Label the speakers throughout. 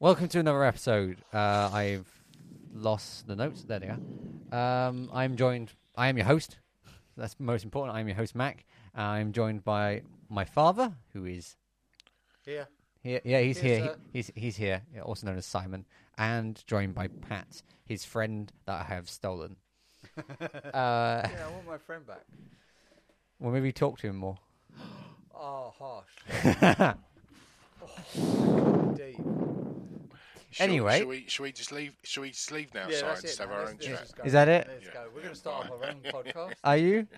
Speaker 1: Welcome to another episode. Uh, I've lost the notes. There they are. Um, I'm joined. I am your host. That's most important. I'm your host, Mac. Uh, I'm joined by my father, who is
Speaker 2: Here.
Speaker 1: here. Yeah, he's
Speaker 2: Here,
Speaker 1: here.
Speaker 2: sir.
Speaker 1: He, he's he's here. yeah, Also known as Simon, and joined by Pat, his friend that I have stolen. uh,
Speaker 2: Yeah, I want my friend back.
Speaker 1: well, maybe talk to him more.
Speaker 2: Oh, harsh. oh, deep.
Speaker 3: Shall-
Speaker 1: Anyway.
Speaker 3: shall we, shall we just leave? Shall we just leave now?
Speaker 2: Yeah,
Speaker 3: Sorry,
Speaker 2: that's it.
Speaker 3: just have
Speaker 2: man.
Speaker 3: our
Speaker 2: Let's-
Speaker 3: own
Speaker 2: let's
Speaker 3: chat.
Speaker 2: just go.
Speaker 1: Is that it?
Speaker 2: Let's
Speaker 3: Yeah.
Speaker 2: go. We're going to start off our own podcast.
Speaker 1: Are you?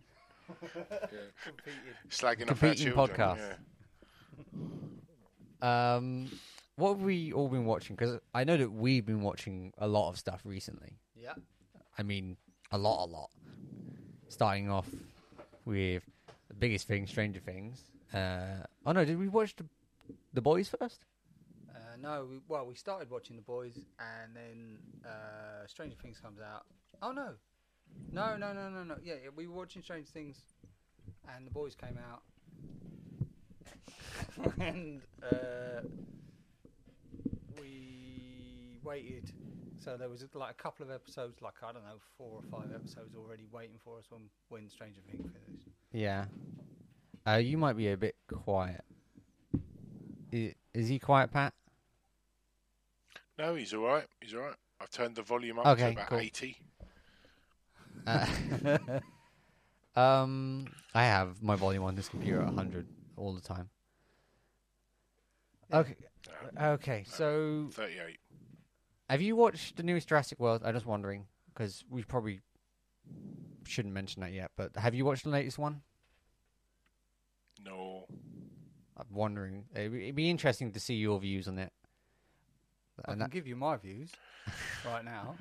Speaker 2: Competed.
Speaker 3: Slagging off our
Speaker 1: Competing
Speaker 3: children.
Speaker 1: podcasts.
Speaker 3: yeah.
Speaker 1: Um, what have we all been watching? Because I know that we've been watching a lot of stuff recently.
Speaker 2: Yeah.
Speaker 1: I mean, a lot, a lot. Starting off with the biggest thing, Stranger Things. Uh, oh no, did we watch the, the boys first?
Speaker 2: Uh, no, we, well, we started watching The Boys, and then uh, Stranger Things comes out. Oh no, no, no, no, no, no. Yeah, yeah, we were watching Stranger Things, and The Boys came out, and uh, we waited. So there was like a couple of episodes, like I don't know, four or five episodes already waiting for us when when Stranger Things finished.
Speaker 1: Yeah. Uh, you might be a bit quiet. Is, is he quiet, Pat?
Speaker 3: No, he's all right. He's all right. I've turned the volume up
Speaker 1: Okay,
Speaker 3: to about
Speaker 1: cool.
Speaker 3: eighty.
Speaker 1: Uh, um, I have my volume on this computer at 100 all the time. Okay. Okay, so
Speaker 3: Thirty-eight.
Speaker 1: Have you watched the newest Jurassic World? I'm just wondering because we probably shouldn't mention that yet. But have you watched the latest one?
Speaker 3: No.
Speaker 1: I'm wondering. It'd be- it'd be interesting to see your views on it. And
Speaker 2: I can
Speaker 1: that,
Speaker 2: give you my views right now.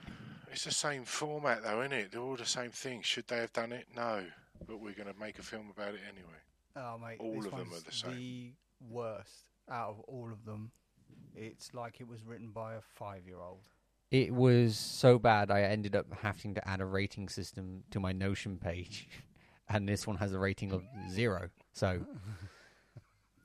Speaker 3: It's the same format, though, isn't it? They're all the same thing. Should they have done it? No. But we're going to make a film about it anyway.
Speaker 2: Oh mate,
Speaker 3: All
Speaker 2: this
Speaker 3: of them are
Speaker 2: one's
Speaker 3: the same.
Speaker 2: worst out of all of them. It's like it was written by a five-year-old.
Speaker 1: it was so bad, I ended up having to add a rating system to my Notion page, and this one has a rating of zero. So,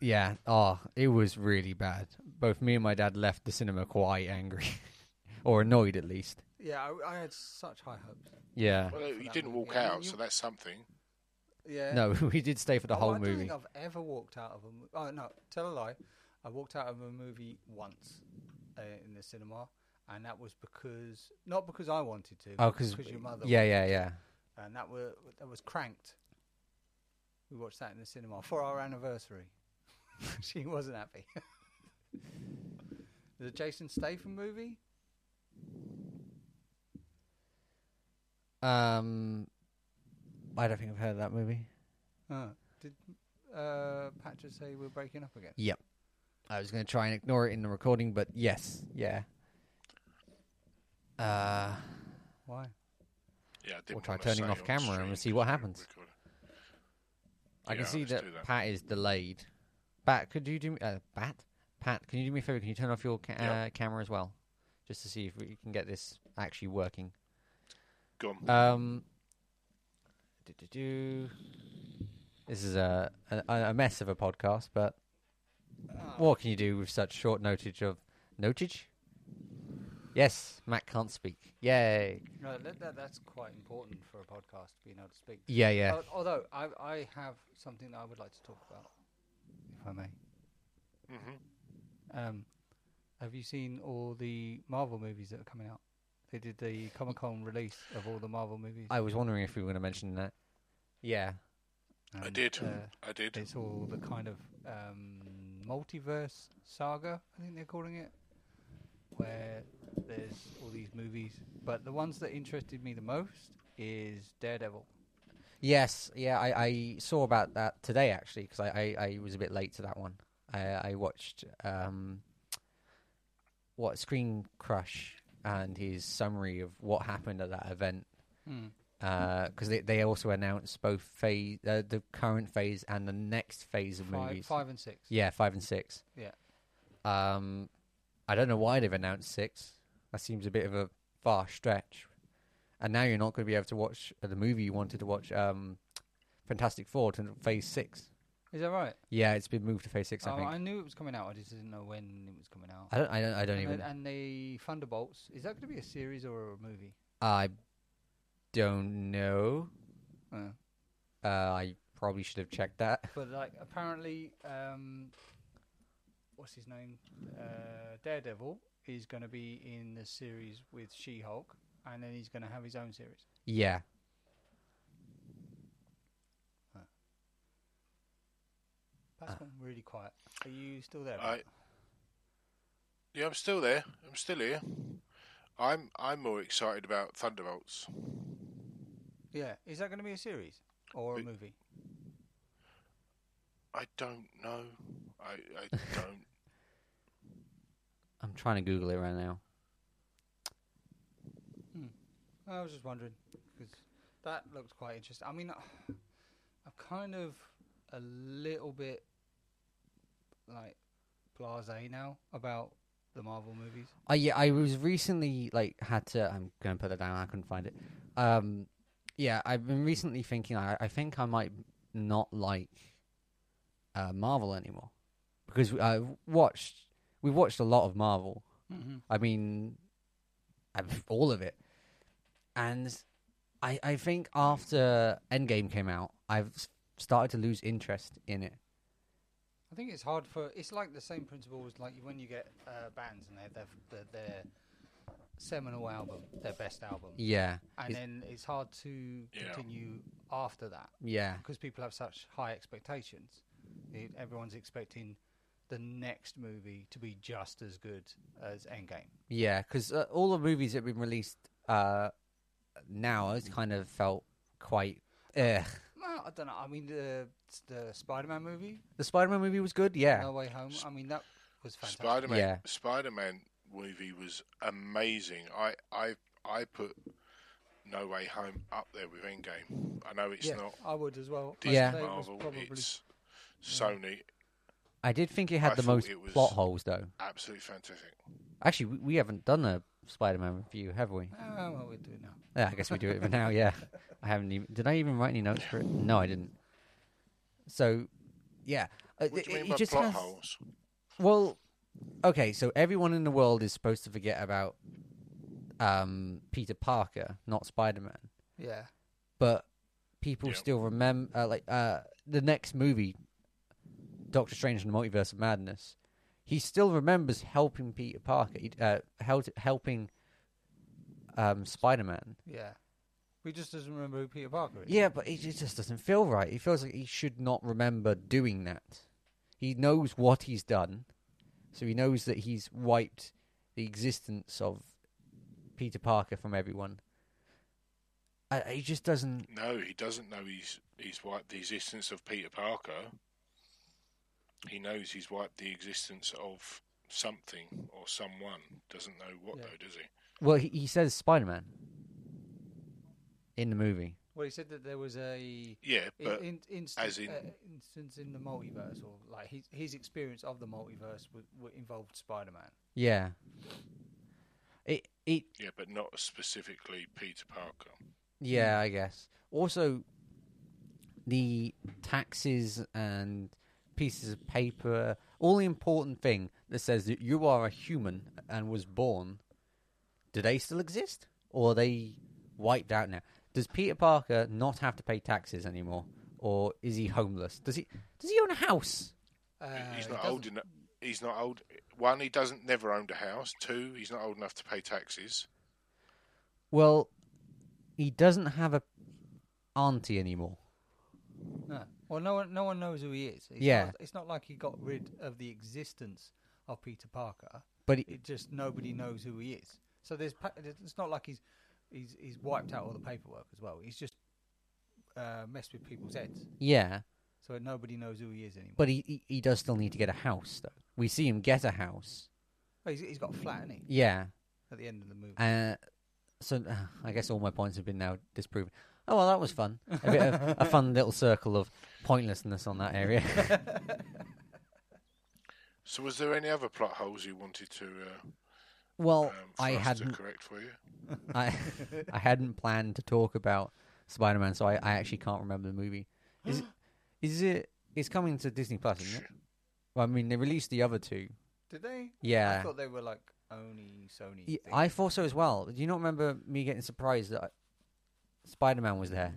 Speaker 1: yeah, oh, it was really bad. Both me and my dad left the cinema quite angry, or annoyed at least.
Speaker 2: Yeah, I, I had such high hopes.
Speaker 1: Yeah.
Speaker 3: Well,
Speaker 2: for
Speaker 3: you
Speaker 2: that
Speaker 3: didn't
Speaker 2: one.
Speaker 3: walk
Speaker 2: Yeah,
Speaker 3: out,
Speaker 2: you-
Speaker 3: so that's something.
Speaker 2: Yeah.
Speaker 1: No, we did stay for the
Speaker 2: Oh,
Speaker 1: whole
Speaker 2: I
Speaker 1: movie.
Speaker 2: don't think I've ever walked out of a. Mo- oh no, tell a lie. I walked out of a movie once uh, in the cinema, and that was because not because I wanted to.
Speaker 1: Oh,
Speaker 2: but
Speaker 1: because
Speaker 2: your mother.
Speaker 1: Yeah, yeah, yeah.
Speaker 2: And that were that was cranked. We watched that in the cinema for our anniversary. she wasn't happy. the Jason Statham movie.
Speaker 1: Um, I don't think I've heard of that movie.
Speaker 2: Uh, did uh, Patrick say we're breaking up again?
Speaker 1: Yep. I was going to try and ignore it in the recording, but yes, yeah. Uh,
Speaker 2: Why?
Speaker 3: Yeah, I didn't
Speaker 1: We'll try
Speaker 3: wanna
Speaker 1: turning
Speaker 3: say
Speaker 1: off
Speaker 3: on
Speaker 1: camera and
Speaker 3: stream
Speaker 1: we'll see
Speaker 3: 'cause
Speaker 1: what
Speaker 3: we
Speaker 1: happens.
Speaker 3: recorded.
Speaker 1: I can
Speaker 3: Yeah,
Speaker 1: see
Speaker 3: let's
Speaker 1: that,
Speaker 3: do
Speaker 1: Pat is delayed. Pat, could you do me, uh, Pat? Pat, can you do me a favor? Can you turn off your ca-
Speaker 3: Yeah.
Speaker 1: uh, camera as well, just to see if we can get this actually working?
Speaker 3: Go on.
Speaker 1: Um, do-do-do. this is a, a a mess of a podcast, but what can you do with such short notage of notage? Yes, Matt can't speak. Yay!
Speaker 2: No, that, that, that's quite important for a podcast being able to speak.
Speaker 1: Yeah, yeah.
Speaker 2: Al- Although I, I have something that I would like to talk about, if I may.
Speaker 3: hmm
Speaker 2: Um, have you seen all the Marvel movies that are coming out? They did the Comic Con release of all the Marvel movies.
Speaker 1: I was wondering if we were going to mention that. Yeah,
Speaker 3: I
Speaker 2: and,
Speaker 3: did.
Speaker 2: uh,
Speaker 3: I did.
Speaker 2: It's all the kind of um, multiverse saga, I think they're calling it, where there's all these movies. But the ones that interested me the most is Daredevil.
Speaker 1: yes, yeah. I, I saw about that today actually because I, I I was a bit late to that one. I I watched um what Screen Crush and his summary of what happened at that event Hmm. because they, they also announced both phase, uh, the current phase and the next phase of
Speaker 2: Five,
Speaker 1: movies.
Speaker 2: five and six.
Speaker 1: Yeah, five and six.
Speaker 2: Yeah.
Speaker 1: Um, I don't know why they've announced six. That seems a bit of a far stretch. And now you're not uh, going to be able to watch the movie you wanted to watch, um, Fantastic Four, to phase six.
Speaker 2: Is that right?
Speaker 1: Yeah, it's been moved to Phase Six.
Speaker 2: Oh,
Speaker 1: I think.
Speaker 2: I knew it was coming out. I just didn't know when it was coming out.
Speaker 1: I don't. I don't. I don't
Speaker 2: and,
Speaker 1: even.
Speaker 2: the, and the Thunderbolts is that going to be a series or a movie?
Speaker 1: I don't know.
Speaker 2: Uh,
Speaker 1: Uh, I probably should have checked that.
Speaker 2: but like apparently, um, what's his name? Uh, Daredevil is going to be in the series with She-Hulk, and then he's going to have his own series.
Speaker 1: Yeah.
Speaker 2: That's gone really quiet. Are you still there?
Speaker 3: I, yeah, I'm still there. I'm still here. I'm I'm more excited about Thunderbolts.
Speaker 2: Yeah. Is that going to be a series or a
Speaker 3: It-
Speaker 2: movie?
Speaker 3: I don't know. I I don't.
Speaker 1: I'm trying to Google it right now.
Speaker 2: I was just wondering because that looks quite interesting. I mean, I'm kind of a little bit like blasé now about the Marvel movies.
Speaker 1: I yeah, I was recently like had to. I'm gonna put that down. I couldn't find it. Um, yeah, I've been recently thinking. I, I think I might not like uh, Marvel anymore because I watched. We watched a lot of Marvel.
Speaker 2: Mm-hmm.
Speaker 1: I mean, I've- all of it. And I I think after Endgame came out, I've s- started to lose interest in it.
Speaker 2: I think it's hard for. It's like the same principle as like when you get uh, bands and they have their, their, their seminal album, their best album,
Speaker 1: Yeah,
Speaker 2: and
Speaker 1: it's-
Speaker 2: then it's hard to
Speaker 3: Yeah.
Speaker 2: continue after that.
Speaker 1: yeah,
Speaker 2: because people have such high expectations. It, everyone's expecting the next movie to be just as good as Endgame.
Speaker 1: yeah. Because uh, all the movies that have been released uh, now, it's kind of felt quite. Ugh.
Speaker 2: Well, I don't know. I mean, the the Spider-Man movie,
Speaker 1: The Spider-Man movie was good. Yeah,
Speaker 2: No Way Home. I mean, that was fantastic.
Speaker 3: Spider Man.
Speaker 1: Yeah.
Speaker 3: Spider Man movie was amazing. I I I put No Way Home up there with Endgame. I know it's
Speaker 2: yeah,
Speaker 3: not
Speaker 2: I would as well.
Speaker 3: Disney
Speaker 1: Yeah.
Speaker 2: I'd say it was
Speaker 3: Marvel.
Speaker 2: probably-
Speaker 3: It's Sony.
Speaker 1: I did think it
Speaker 3: I
Speaker 1: had the
Speaker 3: thought
Speaker 1: most
Speaker 3: it was-
Speaker 1: plot holes, though.
Speaker 3: Absolutely fantastic.
Speaker 1: Actually, we, we haven't done a Spider-Man review, have we?
Speaker 2: Ah, well, we do now.
Speaker 1: Yeah, I guess we do it for now. Yeah, I haven't even. Did I even write any notes for it? No, I didn't. So, yeah, uh,
Speaker 3: What do
Speaker 1: it-
Speaker 3: you mean
Speaker 1: it
Speaker 3: by
Speaker 1: just
Speaker 3: plot
Speaker 1: has-
Speaker 3: holes?
Speaker 1: Well, okay, so everyone in the world is supposed to forget about um, Peter Parker, not Spider Man,
Speaker 2: Yeah,
Speaker 1: but people
Speaker 3: Yeah.
Speaker 1: still remember. Uh, like uh, the next movie, Doctor Strange and the Multiverse of Madness, he still remembers helping Peter Parker, he- uh, hel- helping um, Spider Man.
Speaker 2: yeah. We just doesn't remember who Peter Parker is.
Speaker 1: Yeah, but it, it just doesn't feel right. It feels like he should not remember doing that. He knows what he's done, so he knows that he's wiped the existence of Peter Parker from everyone. I, he just doesn't.
Speaker 3: No, he doesn't know he's he's wiped the existence of Peter Parker. He knows he's wiped the existence of something or someone. Doesn't know what
Speaker 2: Yeah.
Speaker 3: though, does he?
Speaker 1: Well, he, he says Spider Man in the movie.
Speaker 2: Well, he said that there was a
Speaker 3: Yeah,
Speaker 2: in,
Speaker 3: but
Speaker 2: in, insta-
Speaker 3: Uh, as in-
Speaker 2: uh, instance in the multiverse, or like his his experience of the multiverse w- w- involved Spider-Man.
Speaker 1: Yeah. It it
Speaker 3: yeah, but not specifically Peter Parker.
Speaker 1: Yeah, I guess. Also, the taxes and pieces of paper, all the important thing that says that you are a human and was born, do they still exist? Or are they wiped out now? Does Peter Parker not have to pay taxes anymore? Or is he homeless? Does he does he own a house?
Speaker 2: Uh,
Speaker 3: he's
Speaker 2: he
Speaker 3: not
Speaker 2: doesn't-
Speaker 3: old enough. He's not old. One, he doesn't never owned a house. Two, he's not old enough to pay taxes.
Speaker 1: Well, he doesn't have a auntie anymore.
Speaker 2: No. Well, no one, no one knows who he is. It's
Speaker 1: Yeah.
Speaker 2: Not, it's not like he got rid of the existence of Peter Parker.
Speaker 1: But he,
Speaker 2: It just nobody knows who he is. So there's, pa- it's not like he's, he's, he's wiped out all the paperwork as well. He's just uh, messed with people's heads,
Speaker 1: yeah,
Speaker 2: so nobody knows who he is anymore.
Speaker 1: but he, he he does still need to get a house though. We see him get a house.
Speaker 2: Oh, he's, he's got a flat, hasn't he?
Speaker 1: Yeah.
Speaker 2: At the end of the movie.
Speaker 1: Uh, so uh, I guess all my points have been now disproven. Oh well, that was fun. A bit of a fun little circle of pointlessness on that area.
Speaker 3: So, was there any other plot holes you wanted to? Uh,
Speaker 1: well,
Speaker 3: um, for
Speaker 1: Oh, I
Speaker 3: us to
Speaker 1: hadn't,
Speaker 3: correct for you.
Speaker 1: I, I hadn't planned to talk about Spider-Man, so I, I actually can't remember the movie. Is it, is it It's coming to Disney Plus, isn't it? Well, I mean, they released the other two.
Speaker 2: Did they? I
Speaker 1: Yeah.
Speaker 2: thought they were like only Sony.
Speaker 1: Y-
Speaker 2: thing.
Speaker 1: I thought so as well. Do you not remember me getting surprised that Spider Man was there?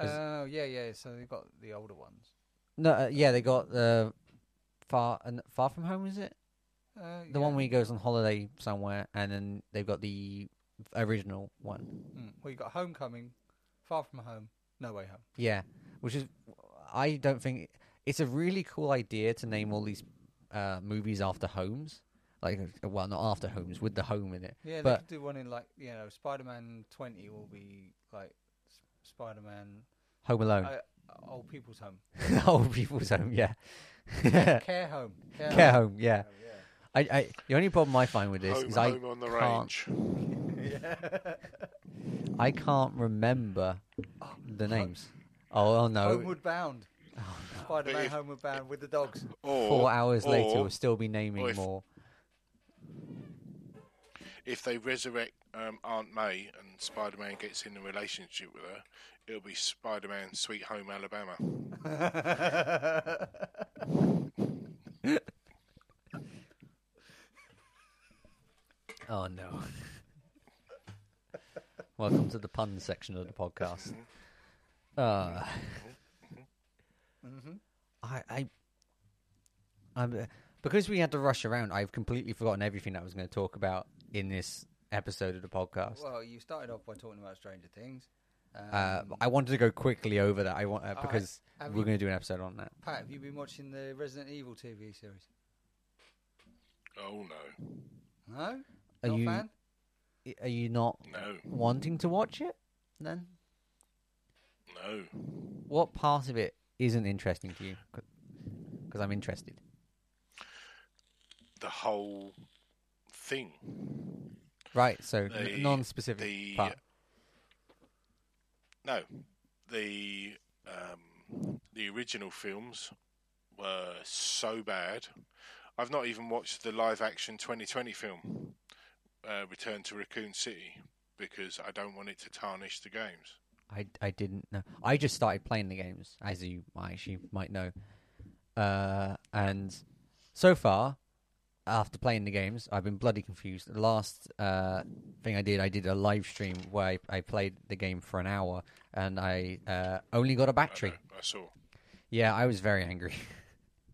Speaker 2: Oh
Speaker 1: is-
Speaker 2: yeah, yeah. So they've got the older ones.
Speaker 1: No, uh, yeah, they got the far and far from home. Is it
Speaker 2: Uh,
Speaker 1: the one where he goes on holiday somewhere, and then they've got the original one.
Speaker 2: Mm. Well, you got Homecoming, Far From Home, No Way Home.
Speaker 1: Yeah, which is I don't think it's a really cool idea to name all these uh, movies after homes. Like, well, not after homes with the home in it.
Speaker 2: Yeah, they
Speaker 1: But-
Speaker 2: could do one in like you know Spider-Man 20 will be like S- Spider-Man
Speaker 1: Home Alone,
Speaker 2: uh, old people's home,
Speaker 1: old people's home. Yeah,
Speaker 2: care home, care,
Speaker 1: care home. Yeah.
Speaker 2: home. Yeah.
Speaker 1: I, I the only problem I find with this
Speaker 3: home,
Speaker 1: is I
Speaker 3: home on the
Speaker 1: can't-
Speaker 3: range.
Speaker 1: I can't remember the names. Oh, oh no.
Speaker 2: Homeward Bound. Spider-Man
Speaker 3: If-
Speaker 2: Homeward Bound with the dogs.
Speaker 3: Or,
Speaker 1: Four hours later,
Speaker 3: or
Speaker 1: we'll still be naming
Speaker 3: or if-
Speaker 1: more.
Speaker 3: if they resurrect um, Aunt May and Spider-Man gets in a relationship with her, it'll be Spider-Man Sweet Home Alabama.
Speaker 1: Oh no. Welcome to the pun section of the podcast. Uh,
Speaker 3: Mm-hmm.
Speaker 1: I, I, I'm, uh, because we had to rush around, I've completely forgotten everything I was going to talk about in this episode of the podcast.
Speaker 2: well, you started off by talking about Stranger Things. Um,
Speaker 1: Uh, I wanted to go quickly over that. I want uh,
Speaker 2: right.
Speaker 1: because
Speaker 2: Have
Speaker 1: we're
Speaker 2: you-
Speaker 1: going to do an episode on that.
Speaker 2: Pat, have you been watching the Resident Evil TV series?
Speaker 3: Oh no,
Speaker 2: No,
Speaker 1: Are
Speaker 2: not a
Speaker 1: you
Speaker 2: fan.
Speaker 1: are you not
Speaker 3: no,
Speaker 1: wanting to watch it? Then
Speaker 3: no.
Speaker 1: what part of it isn't interesting to you? Because I'm interested.
Speaker 3: The whole thing.
Speaker 1: Right, so n-
Speaker 3: The-
Speaker 1: non-specific
Speaker 3: the-
Speaker 1: part.
Speaker 3: No, the um, the original films were so bad. I've not even watched the live-action 2020 film, uh, Return to Raccoon City, because I don't want it to tarnish the games.
Speaker 1: I, I didn't know. I just started playing the games, as you might actually might know. Uh, and so far, after playing the games, I've been bloody confused. The last uh, thing I did, I did a live stream where I, I played the game for an hour, and I uh, only got a
Speaker 3: I
Speaker 1: battery.
Speaker 3: know, I saw.
Speaker 1: Yeah, I was very angry.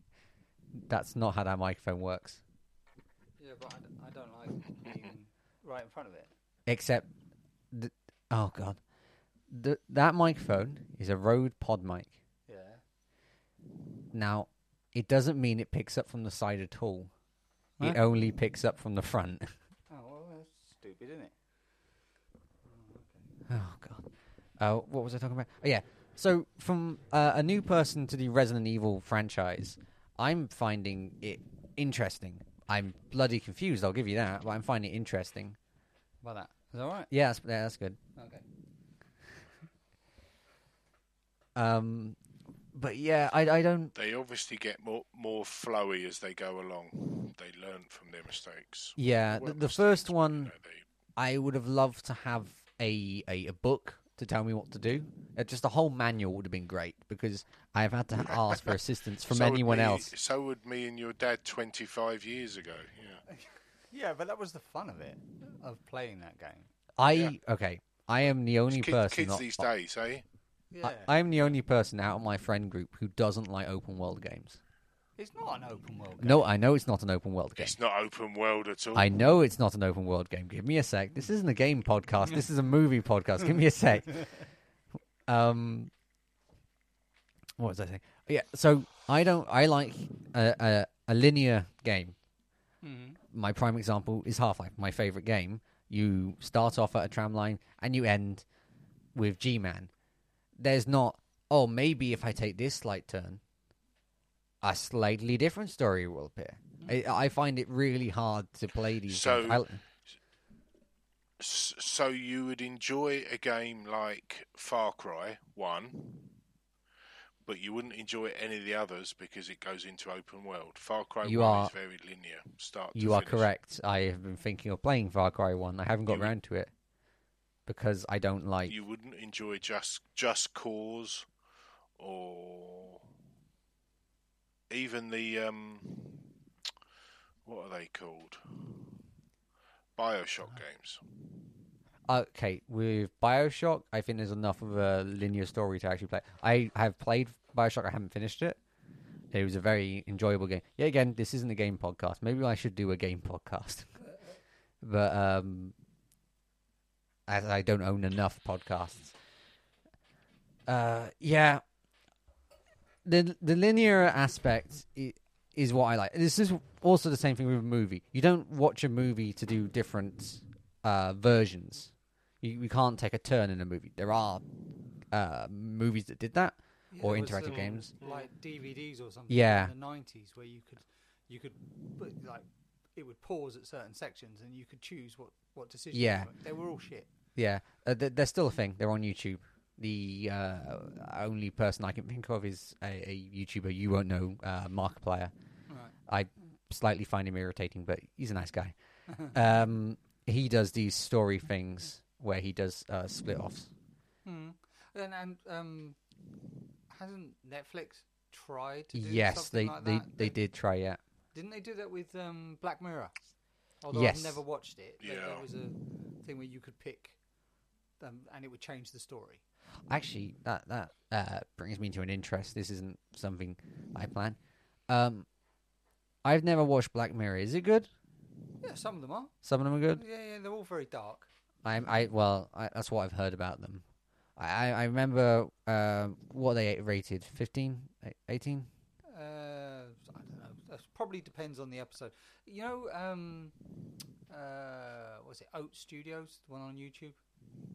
Speaker 1: That's not how that microphone works.
Speaker 2: Yeah, but I, don't like being right in front of it.
Speaker 1: Except, th- oh god, th- that microphone is a Rode Pod mic.
Speaker 2: Yeah.
Speaker 1: Now, it doesn't mean it picks up from the side at all. It
Speaker 2: Huh?
Speaker 1: only picks up from the front.
Speaker 2: Oh well, that's stupid, isn't it?
Speaker 1: Oh god. Uh, what was I talking about? Oh yeah. So from uh, a new person to the Resident Evil franchise, I'm finding it interesting. I'm bloody confused. I'll give you that, but I'm finding it interesting.
Speaker 2: By that, is that all right?
Speaker 1: Yeah, that's, yeah, that's good.
Speaker 2: Okay.
Speaker 1: Um, but yeah, I I don't.
Speaker 3: They obviously get more more flowy as they go along. They learn from their mistakes.
Speaker 1: Yeah,
Speaker 3: Well,
Speaker 1: the, the
Speaker 3: mistakes,
Speaker 1: first
Speaker 3: but, you
Speaker 1: one
Speaker 3: know, they-
Speaker 1: I would have loved to have a, a, a book to tell me what to do. Uh, just a whole manual would have been great because I've had to ask for assistance from
Speaker 3: so would
Speaker 1: anyone
Speaker 3: me-
Speaker 1: else.
Speaker 3: So would me and your dad twenty five years ago. Yeah.
Speaker 2: Yeah, but that was the fun of it, of playing that game.
Speaker 1: I okay. I am the only
Speaker 3: Kid-
Speaker 1: person.
Speaker 3: kids
Speaker 1: not-
Speaker 3: these days, eh?
Speaker 2: Yeah,
Speaker 1: I, I am the only person out of my friend group who doesn't like open world games.
Speaker 2: it's not an open world. Game.
Speaker 1: No, I know it's not an open world game.
Speaker 3: It's not open world at all.
Speaker 1: I know it's not an open world game. Give me a sec. This isn't a game podcast. This is a movie podcast. Give me a sec. Um, what was I saying? Yeah. So I don't. I like a a, a linear game. My prime example is Half Life, my favorite game. You start off at a tram line and you end with G Man. There's not. Oh, maybe if I take this slight turn, a slightly different story will appear. I, I find it really hard to play these.
Speaker 3: So-
Speaker 1: games. I-
Speaker 3: S- so you would enjoy a game like Far Cry One, but you wouldn't enjoy any of the others because it goes into open world. Far Cry
Speaker 1: You
Speaker 3: One
Speaker 1: are-
Speaker 3: is very linear. Start. to
Speaker 1: You are
Speaker 3: finish.
Speaker 1: correct. I have been thinking of playing Far Cry One. I haven't got
Speaker 3: You-
Speaker 1: round to it because I don't like.
Speaker 3: You wouldn't enjoy just Just Cause or even the um, what are they called? Bioshock games.
Speaker 1: Uh-huh. Okay, with Bioshock, I think there's enough of a linear story to actually play. I have played Bioshock, I haven't finished it. It was a very enjoyable game. Yeah, again, this isn't a game podcast. Maybe I should do a game podcast. but um, as I don't own enough podcasts. Uh, yeah, the the linear aspect i- is what I like. This is also the same thing with a movie. You don't watch a movie to do different uh, versions. You, we can't take a turn in a movie. There are uh, movies that did that. Or
Speaker 2: there was
Speaker 1: interactive
Speaker 2: some,
Speaker 1: games.
Speaker 2: like DVDs or something.
Speaker 1: Yeah.
Speaker 2: in the nineties where you could you could put, like it would pause at certain sections and you could choose what what decision. you
Speaker 1: Yeah.
Speaker 2: make. they were all shit.
Speaker 1: Yeah, uh, th- they're still a thing. They're on YouTube. The uh, only person I can think of is a, a YouTuber you won't know, uh, Markiplier.
Speaker 2: Right.
Speaker 1: I slightly find him irritating, but he's a nice guy. um, he does these story things where he does uh, split offs.
Speaker 2: Mm. And, and um, hasn't Netflix tried to do
Speaker 1: Yes,
Speaker 2: something
Speaker 1: they,
Speaker 2: like
Speaker 1: they,
Speaker 2: that?
Speaker 1: they did try it.
Speaker 2: Didn't they do that with um, Black Mirror? Although
Speaker 1: Yes.
Speaker 2: I've never watched it. there-
Speaker 3: Yeah.
Speaker 2: There was a thing where you could pick um, and it would change the story.
Speaker 1: Actually, that that uh, brings me to an interest. This isn't something I plan. Um, I've never watched Black Mirror. Is it good?
Speaker 2: Yeah, some of them are.
Speaker 1: Some of them are good.
Speaker 2: Yeah, yeah, they're all very dark.
Speaker 1: I'm I well, I, that's what I've heard about them. I I, I remember um, what they rated 15, 18?
Speaker 2: Uh, I don't know. That probably depends on the episode. You know, um, uh, what's it? Oat Studios, the one on YouTube.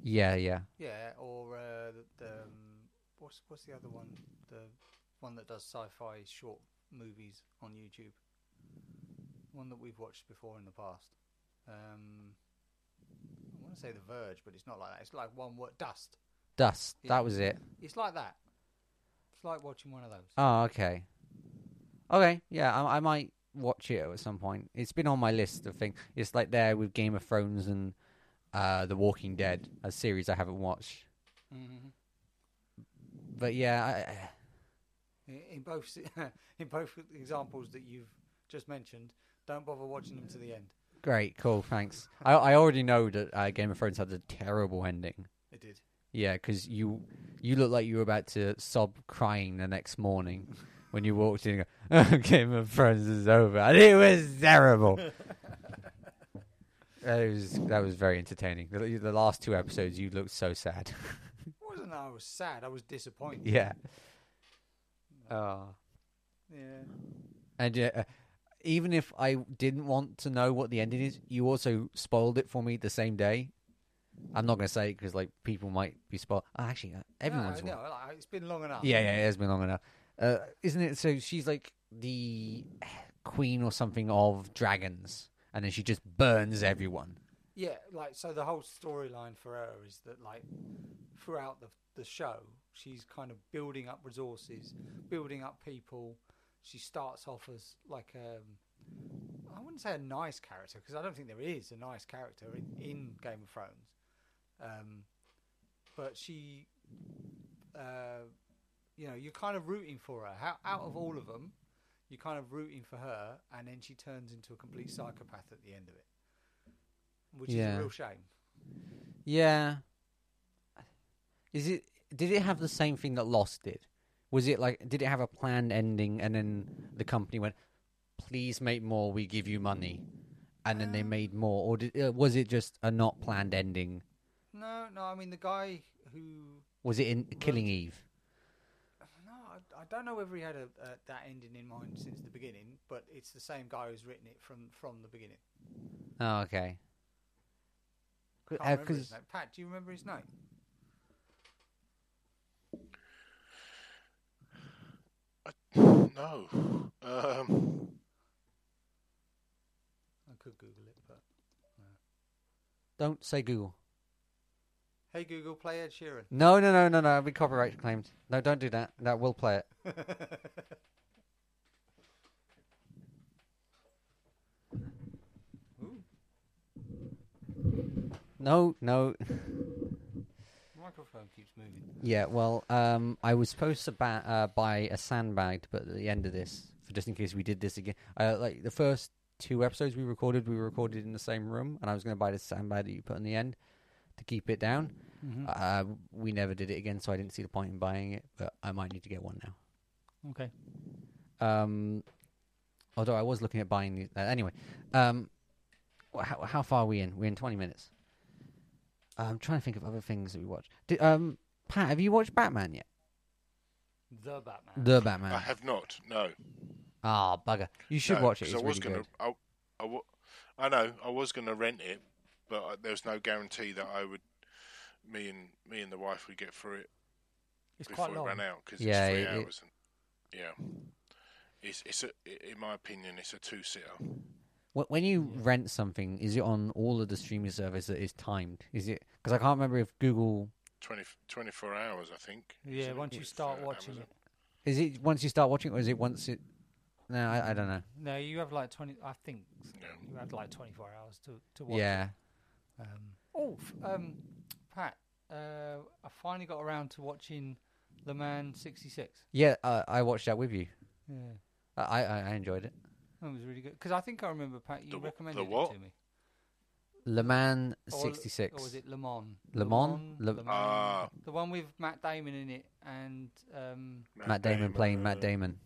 Speaker 1: Yeah, yeah.
Speaker 2: Yeah, or uh, the, the um, what's what's the other one? The one that does sci-fi short movies on YouTube. One that we've watched before in the past. Um, I want to say The Verge, but it's not like that. It's like one what Dust.
Speaker 1: Dust.
Speaker 2: Yeah.
Speaker 1: That was it.
Speaker 2: It's like that. It's like watching one of those.
Speaker 1: Oh, okay. Okay, yeah, I, I might watch it at some point. It's been on my list of things. It's like there with Game of Thrones and uh, The Walking Dead, a series I haven't watched.
Speaker 2: Mhm.
Speaker 1: But yeah, I,
Speaker 2: I- In both se- in both examples that you've just mentioned, don't bother watching them to the end.
Speaker 1: great, cool, thanks. I I already know that uh, Game of Thrones had a terrible ending.
Speaker 2: It did.
Speaker 1: Yeah, because you you looked like you were about to sob crying the next morning when you walked in. And go, Game of Thrones is over, and it was terrible. that was that was very entertaining. The, the last two episodes, you looked so sad.
Speaker 2: Wasn't I was sad? I was disappointed.
Speaker 1: yeah. Oh.
Speaker 2: Yeah.
Speaker 1: And uh, even if I didn't want to know what the ending is, you also spoiled it for me the same day. I'm not going to say because like people might be spoiled. actually, uh, everyone's.
Speaker 2: No, no, like, it's been long enough.
Speaker 1: Yeah, yeah, it has been long enough. Uh, isn't it? So she's like the queen or something of dragons, and then she just burns everyone.
Speaker 2: Yeah, like so the whole storyline for her is that like throughout the the show, she's kind of building up resources, building up people. She starts off as like um I wouldn't say a nice character because I don't think there is a nice character in, in Game of Thrones. Um but she uh you know, you're kind of rooting for her. How, out of all of them, you're kind of rooting for her and then she turns into a complete psychopath at the end of it. Which is
Speaker 1: Yeah.
Speaker 2: a real shame.
Speaker 1: Yeah. Is it? Did it have the same thing that Lost did? Was it like? Did it have a planned ending, and then the company went, "Please make more. We give you money," and then they made more, or did, uh, was it just a not planned ending?
Speaker 2: No, no. I mean, the guy who
Speaker 1: Was it in Killing Eve?
Speaker 2: no, I, I don't know whether he had a, a, that ending in mind since the beginning, but it's the same guy who's written it from from the beginning.
Speaker 1: Oh, okay.
Speaker 2: Can't
Speaker 1: Uh,
Speaker 2: remember
Speaker 1: 'cause-
Speaker 2: his name. Pat, do you remember his name?
Speaker 3: No. Um,
Speaker 2: I could Google it, but
Speaker 1: Don't say Google.
Speaker 2: hey, Google, play Ed Sheeran.
Speaker 1: No, no, no, no, no. I'll be copyright claimed. No, don't do that. That will play it. No, no.
Speaker 2: Why microphone keeps moving.
Speaker 1: Yeah, well, um, I was supposed to ba- uh, buy a sandbag to put at the end of this, for just in case we did this again. Uh, like the first two episodes we recorded, we recorded in the same room, and I was going to buy the sandbag that you put in the end to keep it down. Uh, we never did it again, so I didn't see the point in buying it. But I might need to get one now.
Speaker 2: Okay.
Speaker 1: Um, although I was looking at buying the, uh, anyway. Um, wh- how, how far are we in? We're in twenty minutes. I'm trying to think of other things that we watched. Did, um, Pat, have you watched Batman yet?
Speaker 2: The Batman.
Speaker 1: The
Speaker 3: I
Speaker 1: Batman.
Speaker 3: have not. No.
Speaker 1: Ah, bugger. You Uh, should
Speaker 3: No,
Speaker 1: watch it.
Speaker 3: 'cause
Speaker 1: It's
Speaker 3: I was
Speaker 1: really
Speaker 3: gonna.
Speaker 1: good.
Speaker 3: I, I wa- I know. I was going to rent it, but I, there was no guarantee that I would. Me and me and the wife would get through it
Speaker 2: it's
Speaker 3: before
Speaker 2: quite
Speaker 3: it
Speaker 2: long.
Speaker 3: ran out because
Speaker 1: Yeah,
Speaker 3: it's three
Speaker 1: it- it-
Speaker 3: hours. And, yeah. It's it's a, i- in my opinion it's a two sitter.
Speaker 1: Wh- When you rent something, is it on all of the streaming service that is timed? Is it because I can't remember if Google
Speaker 3: 20, 24 hours I think.
Speaker 2: Yeah,
Speaker 3: isn't it,
Speaker 2: once you
Speaker 3: with,
Speaker 2: start
Speaker 3: uh,
Speaker 2: watching
Speaker 3: Amazon?
Speaker 2: it.
Speaker 1: is it once you start watching it, or is it once it? No, I, I don't know.
Speaker 2: No, you have like 20, I think
Speaker 3: Yeah.
Speaker 2: you had like 24 hours to, to watch. it.
Speaker 1: yeah,
Speaker 2: Um, oh, f- um, Pat, uh, I finally got around to watching Le Mans 66.
Speaker 1: yeah. Uh, I watched that with you.
Speaker 2: Yeah.
Speaker 1: I I, I enjoyed it.
Speaker 2: That was really good. Because I think I remember, Pat, you
Speaker 3: The wh- the
Speaker 2: recommended
Speaker 3: what?
Speaker 2: it to me.
Speaker 1: Le Mans
Speaker 3: Oh,
Speaker 2: Or-
Speaker 1: '66.
Speaker 2: Or was it Le Mans?
Speaker 1: Le Mans? Le-
Speaker 3: Ah.
Speaker 2: the one with Matt Damon in it and um,
Speaker 1: Matt Damon, playing Matt
Speaker 3: uh,
Speaker 1: Damon.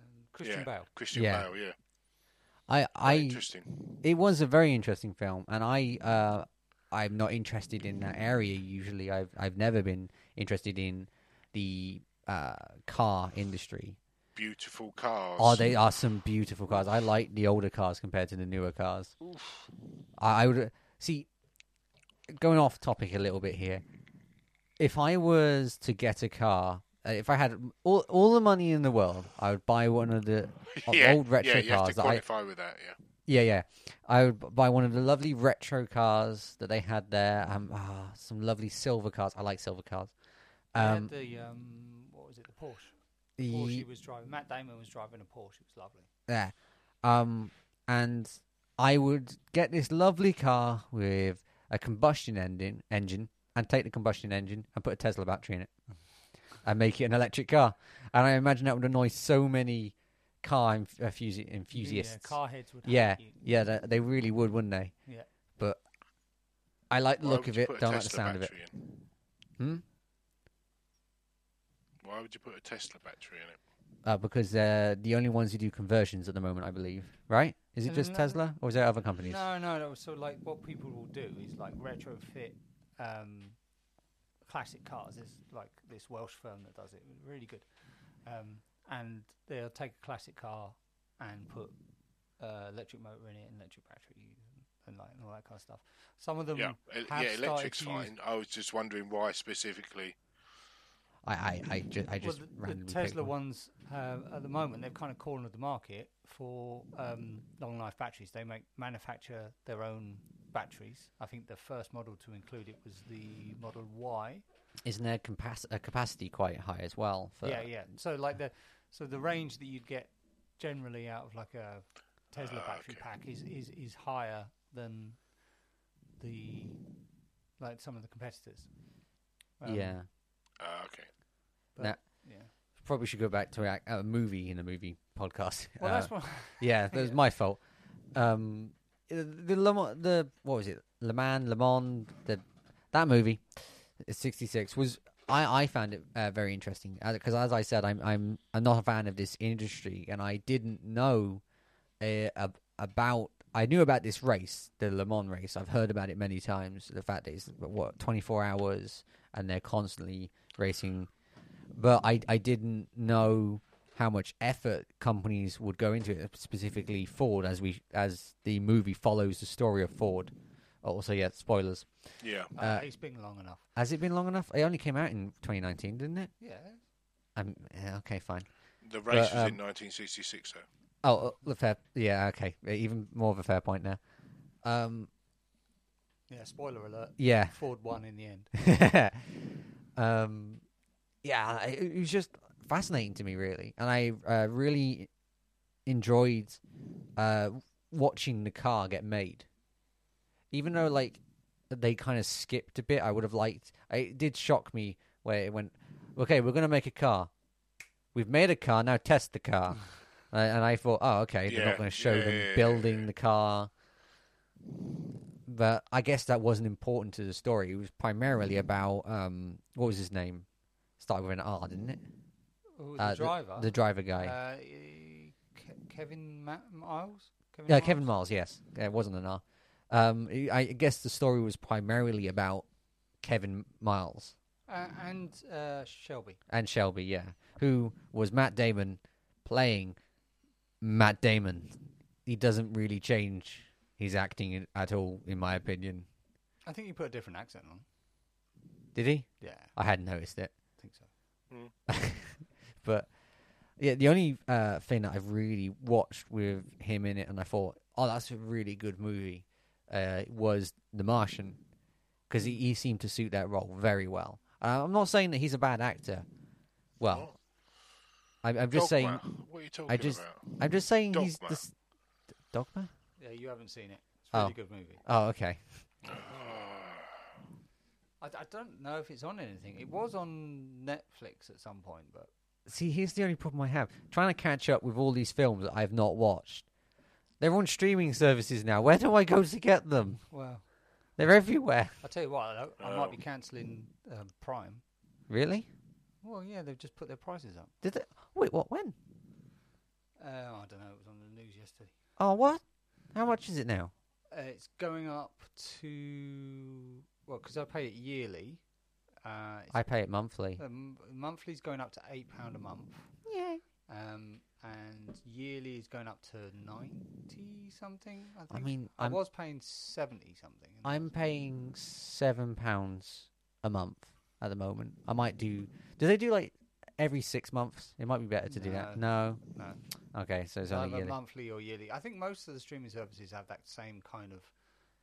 Speaker 2: and Christian
Speaker 3: Yeah.
Speaker 2: Bale.
Speaker 3: Christian
Speaker 1: Yeah.
Speaker 3: Bale, yeah.
Speaker 1: I I
Speaker 3: Interesting.
Speaker 1: it was a very interesting film, and I uh, I'm not interested in that area usually. I've I've never been interested in the uh, car industry.
Speaker 3: Beautiful cars.
Speaker 1: Oh, they are some beautiful cars. I like the older cars compared to the newer cars. I, I would uh, see going off topic a little bit here. If I was to get a car, uh, if I had all all the money in the world, I would buy one of the of
Speaker 3: yeah,
Speaker 1: old retro
Speaker 3: yeah, you
Speaker 1: cars
Speaker 3: have to
Speaker 1: that I
Speaker 3: qualify with that,
Speaker 1: yeah,
Speaker 3: yeah.
Speaker 1: yeah. I would b- buy one of the lovely retro cars that they had there. Um, ah, some lovely silver cars. I like silver cars.
Speaker 2: They had
Speaker 1: Um,
Speaker 2: the um, what was it? The Porsche.
Speaker 1: the-
Speaker 2: Porsche he was driving. Matt Damon was driving a Porsche. It was lovely.
Speaker 1: there. Um, and I would get this lovely car with a combustion engine, engine, and take the combustion engine and put a Tesla battery in it, and make it an electric car. And I imagine that would annoy so many car enf- enthusi- enthusiasts.
Speaker 2: Yeah, car heads would. hate
Speaker 1: yeah,
Speaker 2: you.
Speaker 1: yeah, they, they really would, wouldn't they?
Speaker 2: Yeah.
Speaker 1: But I like the
Speaker 3: Why
Speaker 1: look
Speaker 3: would
Speaker 1: of
Speaker 3: you
Speaker 1: it.
Speaker 3: put a
Speaker 1: Don't like the
Speaker 3: Tesla
Speaker 1: sound of it.
Speaker 3: battery in?
Speaker 1: Hmm?
Speaker 3: Why would you put a Tesla battery in it?
Speaker 1: Uh, because they're the only ones who do conversions at the moment, I believe. Right? Is it just
Speaker 2: No.
Speaker 1: Tesla, or is there other companies?
Speaker 2: No, no, no. So like, what people will do is like retrofit um, classic cars. There's like this Welsh firm that does it. Really good. Um, and they'll take a classic car and put uh, electric motor in it and electric battery and like and all that kind of stuff. Some of them
Speaker 3: Yeah, e-
Speaker 2: Um, have
Speaker 3: yeah,
Speaker 2: started
Speaker 3: electric's
Speaker 2: to use
Speaker 3: fine. I was just wondering why specifically.
Speaker 1: I, I, I, ju- I just
Speaker 2: well, the- the,
Speaker 1: randomly picked
Speaker 2: Tesla
Speaker 1: one.
Speaker 2: ones uh, at the moment they've kind of cornered the market for um, long life batteries. They make manufacture their own batteries. I think the first model to include it was the Model Y.
Speaker 1: Isn't their capac- uh, capacity quite high as well? For,
Speaker 2: yeah, yeah. So like the so the range that you'd get generally out of like a Tesla
Speaker 3: Ah,
Speaker 2: battery
Speaker 3: okay.
Speaker 2: pack is, is is higher than the like some of the competitors. Um,
Speaker 1: Yeah.
Speaker 3: Ah, okay.
Speaker 2: but-
Speaker 1: Now-
Speaker 2: Yeah.
Speaker 1: Probably should go back to a, a movie in a movie podcast.
Speaker 2: Well,
Speaker 1: Uh,
Speaker 2: that's what.
Speaker 1: yeah, that was my fault. Um, uh, the Le Mans, the what was it? Le Mans, Le Mans, the that movie, sixty six was. I, I found it uh, very interesting because, as I said, I'm I'm I'm not a fan of this industry, and I didn't know uh, ab- about. I knew about this race, the Le Mans race. I've heard about it many times. The fact that it's what twenty four hours, and they're constantly racing but I I didn't know how much effort companies would go into it, specifically Ford, as we as the movie follows the story of Ford. Also, yeah, spoilers.
Speaker 3: Yeah.
Speaker 2: uh, it's been long enough.
Speaker 1: Has it been long enough? It only came out in 2019, didn't it?
Speaker 2: Yeah.
Speaker 1: Um, yeah, okay, fine.
Speaker 3: The race was
Speaker 1: um,
Speaker 3: in 1966, though.
Speaker 1: Oh, uh, fair. Yeah, okay. Even more of a fair point now. Um,
Speaker 2: Yeah, spoiler alert.
Speaker 1: yeah.
Speaker 2: Ford won in the end.
Speaker 1: um, yeah, I- it was just fascinating to me, really, and I uh, really enjoyed uh, watching the car get made. Even though, like, they kind of skipped a bit. I would have liked. I- It did shock me where it went. Okay, we're gonna make a car. We've made a car. Now test the car. A- and I thought, oh, okay, they're
Speaker 3: Yeah,
Speaker 1: not going to show
Speaker 3: yeah,
Speaker 1: them
Speaker 3: yeah, yeah,
Speaker 1: building
Speaker 3: yeah.
Speaker 1: the car. But I guess that wasn't important to the story. It was primarily about um, what was his name? Started with an R, didn't it?
Speaker 2: Who was
Speaker 1: Uh,
Speaker 2: the driver?
Speaker 1: The driver guy.
Speaker 2: Uh, e- Ke- Kevin Ma- Miles. Kevin
Speaker 1: Yeah, Kevin Miles. Yes, yeah, it wasn't an R. Um, I- I guess the story was primarily about Kevin Miles
Speaker 2: Uh, and uh, Shelby.
Speaker 1: and Shelby. Yeah, who was Matt Damon playing Matt Damon. He doesn't really change his acting in- at all, in my opinion.
Speaker 2: I think you put a different accent on.
Speaker 1: Did he?
Speaker 2: Yeah,
Speaker 1: I hadn't noticed it.
Speaker 2: I think so.
Speaker 1: but yeah, the only uh, thing that I've really watched with him in it, and I thought, oh, that's a really good movie, uh, was The Martian, because he, he seemed to suit that role very well. Uh, I'm not saying that he's a bad actor. Well, I, I'm just saying,
Speaker 3: Dogma. What are you talking
Speaker 1: I just-
Speaker 3: about?
Speaker 1: I'm just saying he's
Speaker 3: Dogma.
Speaker 1: this dogma.
Speaker 2: Yeah, you haven't seen it. It's a
Speaker 1: Oh.
Speaker 2: really good movie.
Speaker 1: Oh, okay.
Speaker 2: I, I don't know if it's on anything. It was on Netflix at some point, but
Speaker 1: See, here's the only problem I have: trying to catch up with all these films that I've not watched. They're on streaming services now. Where do I go to get them?
Speaker 2: well, Oh.
Speaker 1: They're everywhere.
Speaker 2: I tell you what, I, I might be
Speaker 3: Um.
Speaker 2: cancelling um, Prime.
Speaker 1: Really?
Speaker 2: Well, yeah, they've just put their prices up.
Speaker 1: Did they? Wait, what? When?
Speaker 2: Uh, I don't know. It was on the news yesterday.
Speaker 1: Oh, what? How much is it now?
Speaker 2: Uh, it's going up to well, because I pay it yearly. Uh, it's,
Speaker 1: I pay it monthly.
Speaker 2: um, monthly's going up to eight pound a month,
Speaker 1: Yeah.
Speaker 2: um, and yearly is going up to ninety something. I,
Speaker 1: I
Speaker 2: think.
Speaker 1: mean,
Speaker 2: I
Speaker 1: I'm
Speaker 2: was paying seventy something. and
Speaker 1: I'm paying seven pounds a month at the moment. I might do. Do they do like every six months? It might be better to do that. No.
Speaker 2: No.
Speaker 1: Okay, so it's
Speaker 2: It's
Speaker 1: only
Speaker 2: either
Speaker 1: yearly.
Speaker 2: monthly or yearly. I think most of the streaming services have that same kind of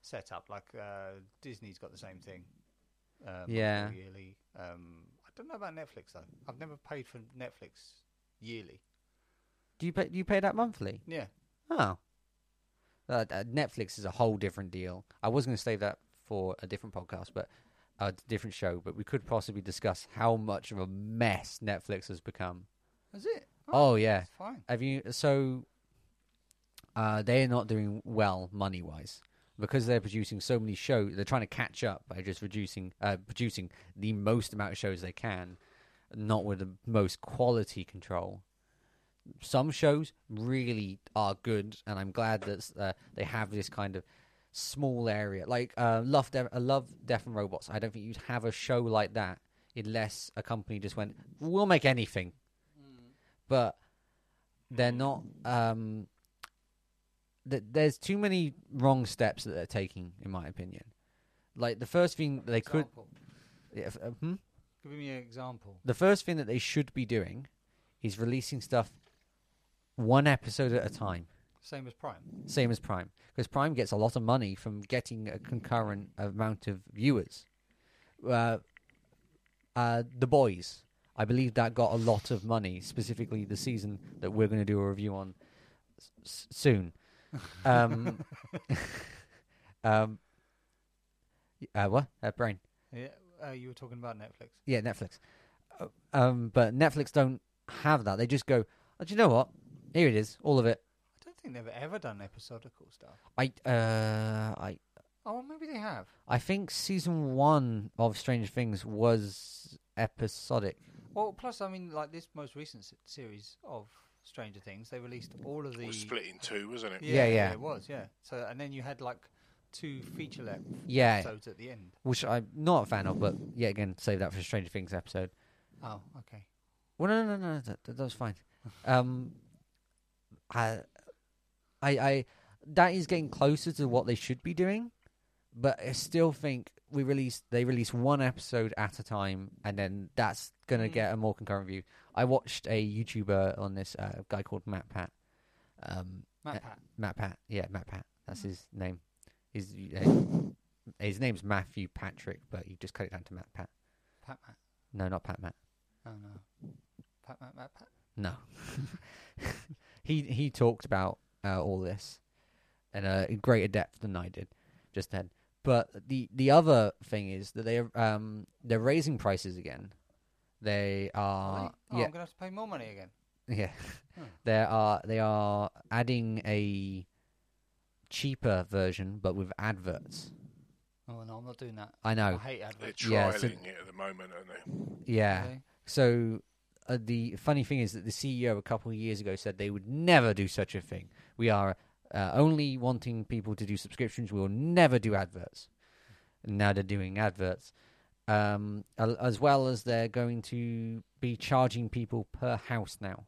Speaker 2: setup. Like uh, Disney's got the same thing. Uh, monthly or
Speaker 1: Yeah.
Speaker 2: Yearly. Um, I don't know about Netflix though. I've never paid for Netflix yearly.
Speaker 1: Do you pay? Do you pay that monthly?
Speaker 2: Yeah.
Speaker 1: Oh. Uh, uh, Netflix is a whole different deal. I was going to save that for a different podcast, but a different show. But we could possibly discuss how much of a mess Netflix has become.
Speaker 2: Is it?
Speaker 1: Oh yeah,
Speaker 2: It's fine.
Speaker 1: Have you? So uh, they're not doing well money wise because they're producing so many shows. They're trying to catch up by just reducing, uh, producing the most amount of shows they can, not with the most quality control. Some shows really are good, and I'm glad that uh, they have this kind of small area. Like uh, Love, De- uh, Love, Death and Robots. I don't think you'd have a show like that unless a company just went, "We'll make anything." But they're not um th- there's too many wrong steps that they're taking in my opinion like the first thing they could
Speaker 2: Example.
Speaker 1: yeah, f- uh, hmm?
Speaker 2: Give me an example.
Speaker 1: the first thing that they should be doing is releasing stuff one episode at a time
Speaker 2: Same as Prime.
Speaker 1: same as prime because prime gets a lot of money from getting a concurrent amount of viewers uh, uh, the boys i believe that got a lot of money specifically the season that we're going to do a review on s- s- soon um, um, uh, what uh, brain
Speaker 2: Yeah. Uh, you were talking about Netflix.
Speaker 1: yeah, Netflix. Uh, Um, but Netflix don't have that. They just go, oh, do you know what? Here it is, all of it.
Speaker 2: I don't think they've ever done episodical stuff.
Speaker 1: I uh, I
Speaker 2: Oh, maybe they have.
Speaker 1: I think season one of Stranger Things was episodic.
Speaker 2: Well, plus, I mean, like this most recent s- series of Stranger Things, they released all of the.
Speaker 3: was split in two, wasn't it?
Speaker 1: Yeah, yeah.
Speaker 2: It was, yeah. So, and then you had like two feature length
Speaker 1: Yeah,
Speaker 2: episodes at the end.
Speaker 1: which I'm not a fan of, but yeah, again, save that for Stranger Things episode.
Speaker 2: Oh, okay.
Speaker 1: Well, no, no, no, no that, that was fine. Um, I, I, I, that is getting closer to what they should be doing, but I still think we release they release one episode at a time, and then that's gonna
Speaker 2: Mm.
Speaker 1: get a more concurrent view. I watched a YouTuber on this uh, guy called Matt Pat, um,
Speaker 2: Matt
Speaker 1: Uh,
Speaker 2: Pat.
Speaker 1: Matt Pat, yeah, Matt Pat, that's his name. His uh, his name's Matthew Patrick, but you just cut it down to Matt Pat.
Speaker 2: Pat Matt.
Speaker 1: No, not Pat Matt.
Speaker 2: Oh, no. Pat Matt Matt Pat.
Speaker 1: No. he he talked about uh, all this in a in greater depth than I did just then. But the the other thing is that they um they're raising prices again. They Oh.
Speaker 2: Really?
Speaker 1: are
Speaker 2: oh,
Speaker 1: Uh, yeah
Speaker 2: I'm gonna have to pay more money again.
Speaker 1: yeah.
Speaker 2: Hmm.
Speaker 1: There are they are adding a cheaper version but with adverts.
Speaker 2: Oh no, I'm not doing that.
Speaker 1: I
Speaker 2: I
Speaker 1: know.
Speaker 2: hate adverts.
Speaker 3: They're
Speaker 1: Yeah,
Speaker 3: trialing
Speaker 1: so-
Speaker 3: it at the moment, aren't they?
Speaker 1: Yeah.
Speaker 2: really.
Speaker 1: So uh, the funny thing is that the CEO a couple of years ago said they would never do such a thing. We are uh, only wanting people to do subscriptions. We will never do adverts. And now they're doing adverts, um, a- as well as they're going to be charging people per house now.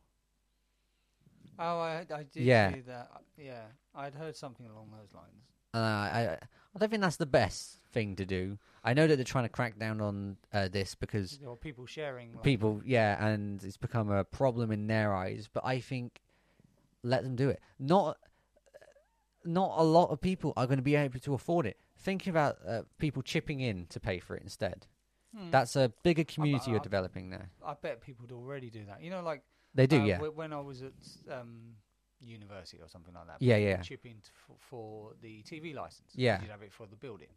Speaker 2: Oh, I, I did
Speaker 1: Yeah.
Speaker 2: see that. Uh, Yeah, I'd heard something along those lines.
Speaker 1: Uh, I I don't think that's the best thing to do. I know that they're trying to crack down on uh, this because
Speaker 2: There were people sharing. Like,
Speaker 1: people yeah and it's become a problem in their eyes but i think let them do it not not a lot of people are going to be able to afford it think about uh, people chipping in to pay for it instead
Speaker 2: Hmm.
Speaker 1: that's a bigger community you're
Speaker 2: I'm-
Speaker 1: developing there
Speaker 2: I bet people would already do that. You know, like
Speaker 1: they do
Speaker 2: uh,
Speaker 1: yeah
Speaker 2: whe- When I was at um, university or something like that.
Speaker 1: yeah
Speaker 2: people
Speaker 1: yeah
Speaker 2: Chip in for, for the TV license.
Speaker 1: Yeah.
Speaker 2: You'd have it for the building.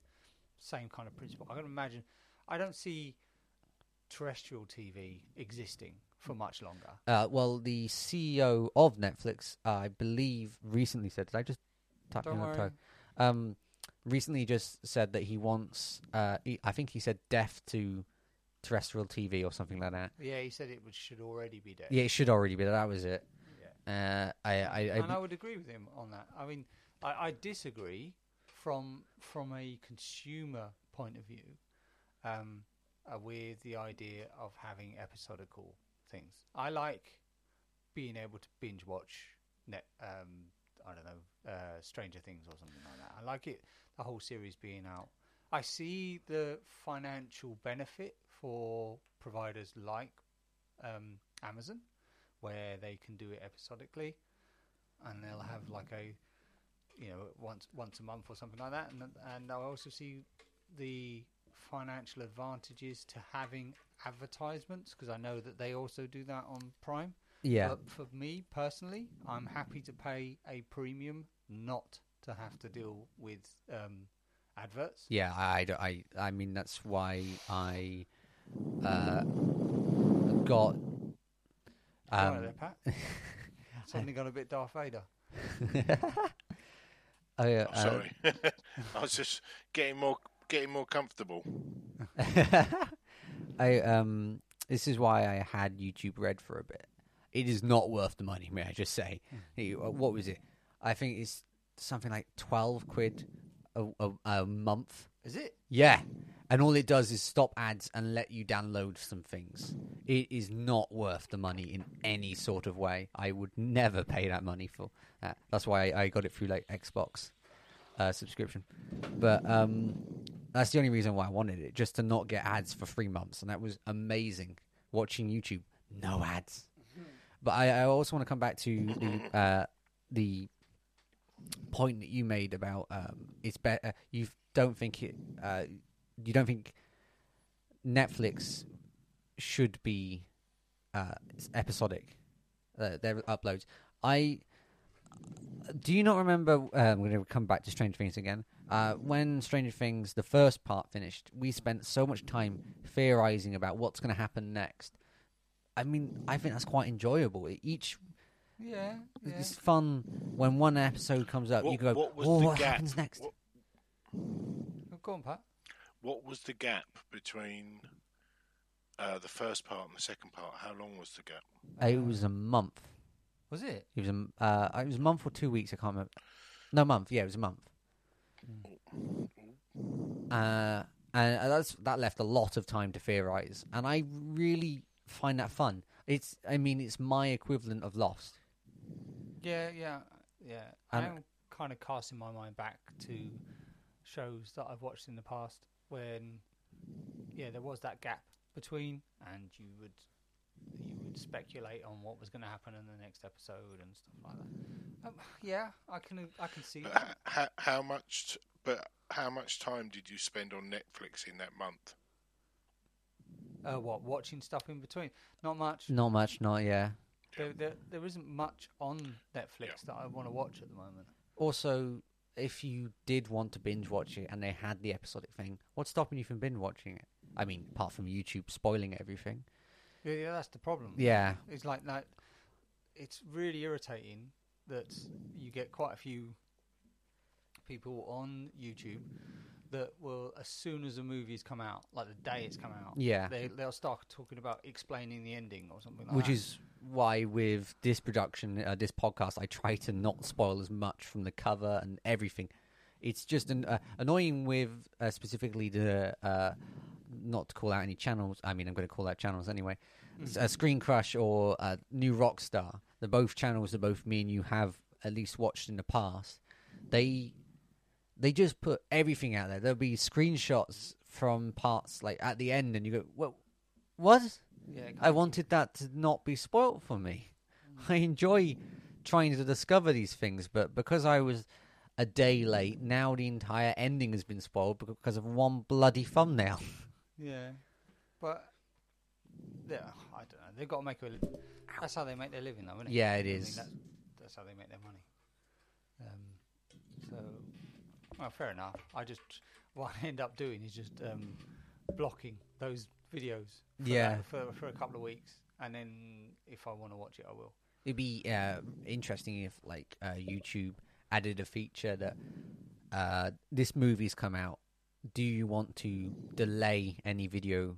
Speaker 2: Same kind of principle. I can imagine. I don't see terrestrial TV existing for much longer.
Speaker 1: uh, well the ceo of netflix i believe recently said did i just type
Speaker 2: Don't
Speaker 1: in a
Speaker 2: worry.
Speaker 1: toe? um recently just said that he wants uh he, i think he said deaf to terrestrial tv or something like that
Speaker 2: Yeah, he said it would, should already be dead.
Speaker 1: Yeah, it should already be. That was it.
Speaker 2: Yeah.
Speaker 1: Uh, I, I, I,
Speaker 2: and I would agree with him on that. I mean, I, I disagree from from a consumer point of view um, uh, with the idea of having episodical things. I like being able to binge watch net. Um, I don't know uh, Stranger Things or something like that. I like it the whole series being out. I see the financial benefit for providers like um, Amazon, where they can do it episodically, and they'll have like a, you know, once once a month or something like that. And and I also see the financial advantages to having advertisements because I know that they also do that on Prime.
Speaker 1: yeah,
Speaker 2: But for me personally, I'm happy to pay a premium not to have to deal with um, adverts.
Speaker 1: yeah. I, I don't- I, I mean, that's why I uh, got.
Speaker 2: All right
Speaker 1: Um,
Speaker 2: there, Pat. Suddenly got a bit Darth Vader.
Speaker 1: I, uh,
Speaker 3: I'm sorry. I was just getting more getting more comfortable.
Speaker 1: uh, I um, this is why I had YouTube Red for a bit. It is not worth the money, may I just say? It- uh, what was it? I think it's something like twelve quid a, a, a month.
Speaker 2: Is it?
Speaker 1: Yeah. And all it does is stop ads and let you download some things. It is not worth the money in any sort of way. I would never pay that money for that. That's why I, I got it through like Xbox uh, subscription. But um, that's the only reason why I wanted it, just to not get ads for three months. And that was amazing watching YouTube, no ads. But I, I also want to come back to the uh, the point that you made about um, it's better. You don't think it. Uh, you don't think Netflix should be uh, s- episodic. Uh, their uploads. I do you not remember? Uh, I'm going to come back to Stranger Things again. Uh, when Stranger Things the first part finished, we spent so much time theorizing about what's going to happen next. I mean, I think that's quite enjoyable. Each
Speaker 2: Yeah. yeah.
Speaker 1: it's fun when one episode comes up.
Speaker 3: What-
Speaker 1: you go,
Speaker 3: what was
Speaker 1: "Oh,
Speaker 3: the
Speaker 1: what
Speaker 3: gap?
Speaker 1: happens next?"
Speaker 3: What,
Speaker 2: Go on, Pat.
Speaker 3: what was the gap between uh, the first part and the second part? How long was the gap?
Speaker 1: Uh, It was a month.
Speaker 2: Was it?
Speaker 1: It was a m- uh, it was a month or two weeks. I can't remember. No month. Yeah, it was a month. Uh, and uh, that's that left a lot of time to theorize, and I really find that fun. It's, I mean, it's my equivalent of Lost.
Speaker 2: Yeah, yeah, yeah.
Speaker 1: And-
Speaker 2: I'm kind of casting my mind back to shows that I've watched in the past when, yeah, there was that gap between, and you would you would speculate on what was going to happen in the next episode and stuff like that. Um, yeah, I can I can see that.
Speaker 3: But how, how much? But how much time did you spend on Netflix in that month?
Speaker 2: Uh, what watching stuff in between? Not much.
Speaker 1: Not much. Not yeah.
Speaker 2: There, there, there isn't much on Netflix that I want to watch at the moment.
Speaker 1: Also, if you did want to binge watch it and they had the episodic thing, what's stopping you from binge watching it? I mean, apart from YouTube spoiling everything.
Speaker 2: Yeah, yeah, that's the problem.
Speaker 1: Yeah,
Speaker 2: It's like that. It's really irritating that you get quite a few people on YouTube that will, as soon as a movie's come out, like the day it's come out,
Speaker 1: Yeah.
Speaker 2: they they'll start talking about explaining the ending or something like
Speaker 1: which
Speaker 2: that.
Speaker 1: is why with this production, uh, this podcast, I try to not spoil as much from the cover and everything. It's just an, uh, annoying with uh, specifically the uh, not to call out any channels. I mean, I'm going to call out channels anyway. S- Uh, Screen Crush or uh, New Rockstar, the both channels that both me and you have at least watched in the past. They they just put everything out there. There'll be screenshots from parts like at the end, and you go, "Well, what?"
Speaker 2: yeah,
Speaker 1: I wanted that to not be spoilt for me. I enjoy trying to discover these things, but because I was a day late, now the entire ending has been spoiled bec- because of one bloody thumbnail.
Speaker 2: yeah, but yeah, I don't know. They've got to make a. That's how they make their living, though, isn't it?
Speaker 1: Yeah, it
Speaker 2: it
Speaker 1: is.
Speaker 2: that's, that's how they make their money. Um, so, well, fair enough. I just what I end up doing is just um, blocking those videos. For that-
Speaker 1: Yeah.
Speaker 2: for for a couple of weeks, and then if I want to watch it, I will.
Speaker 1: It'd be uh, interesting if, like, uh, YouTube added a feature that uh, this movie's come out. Do you want to delay any video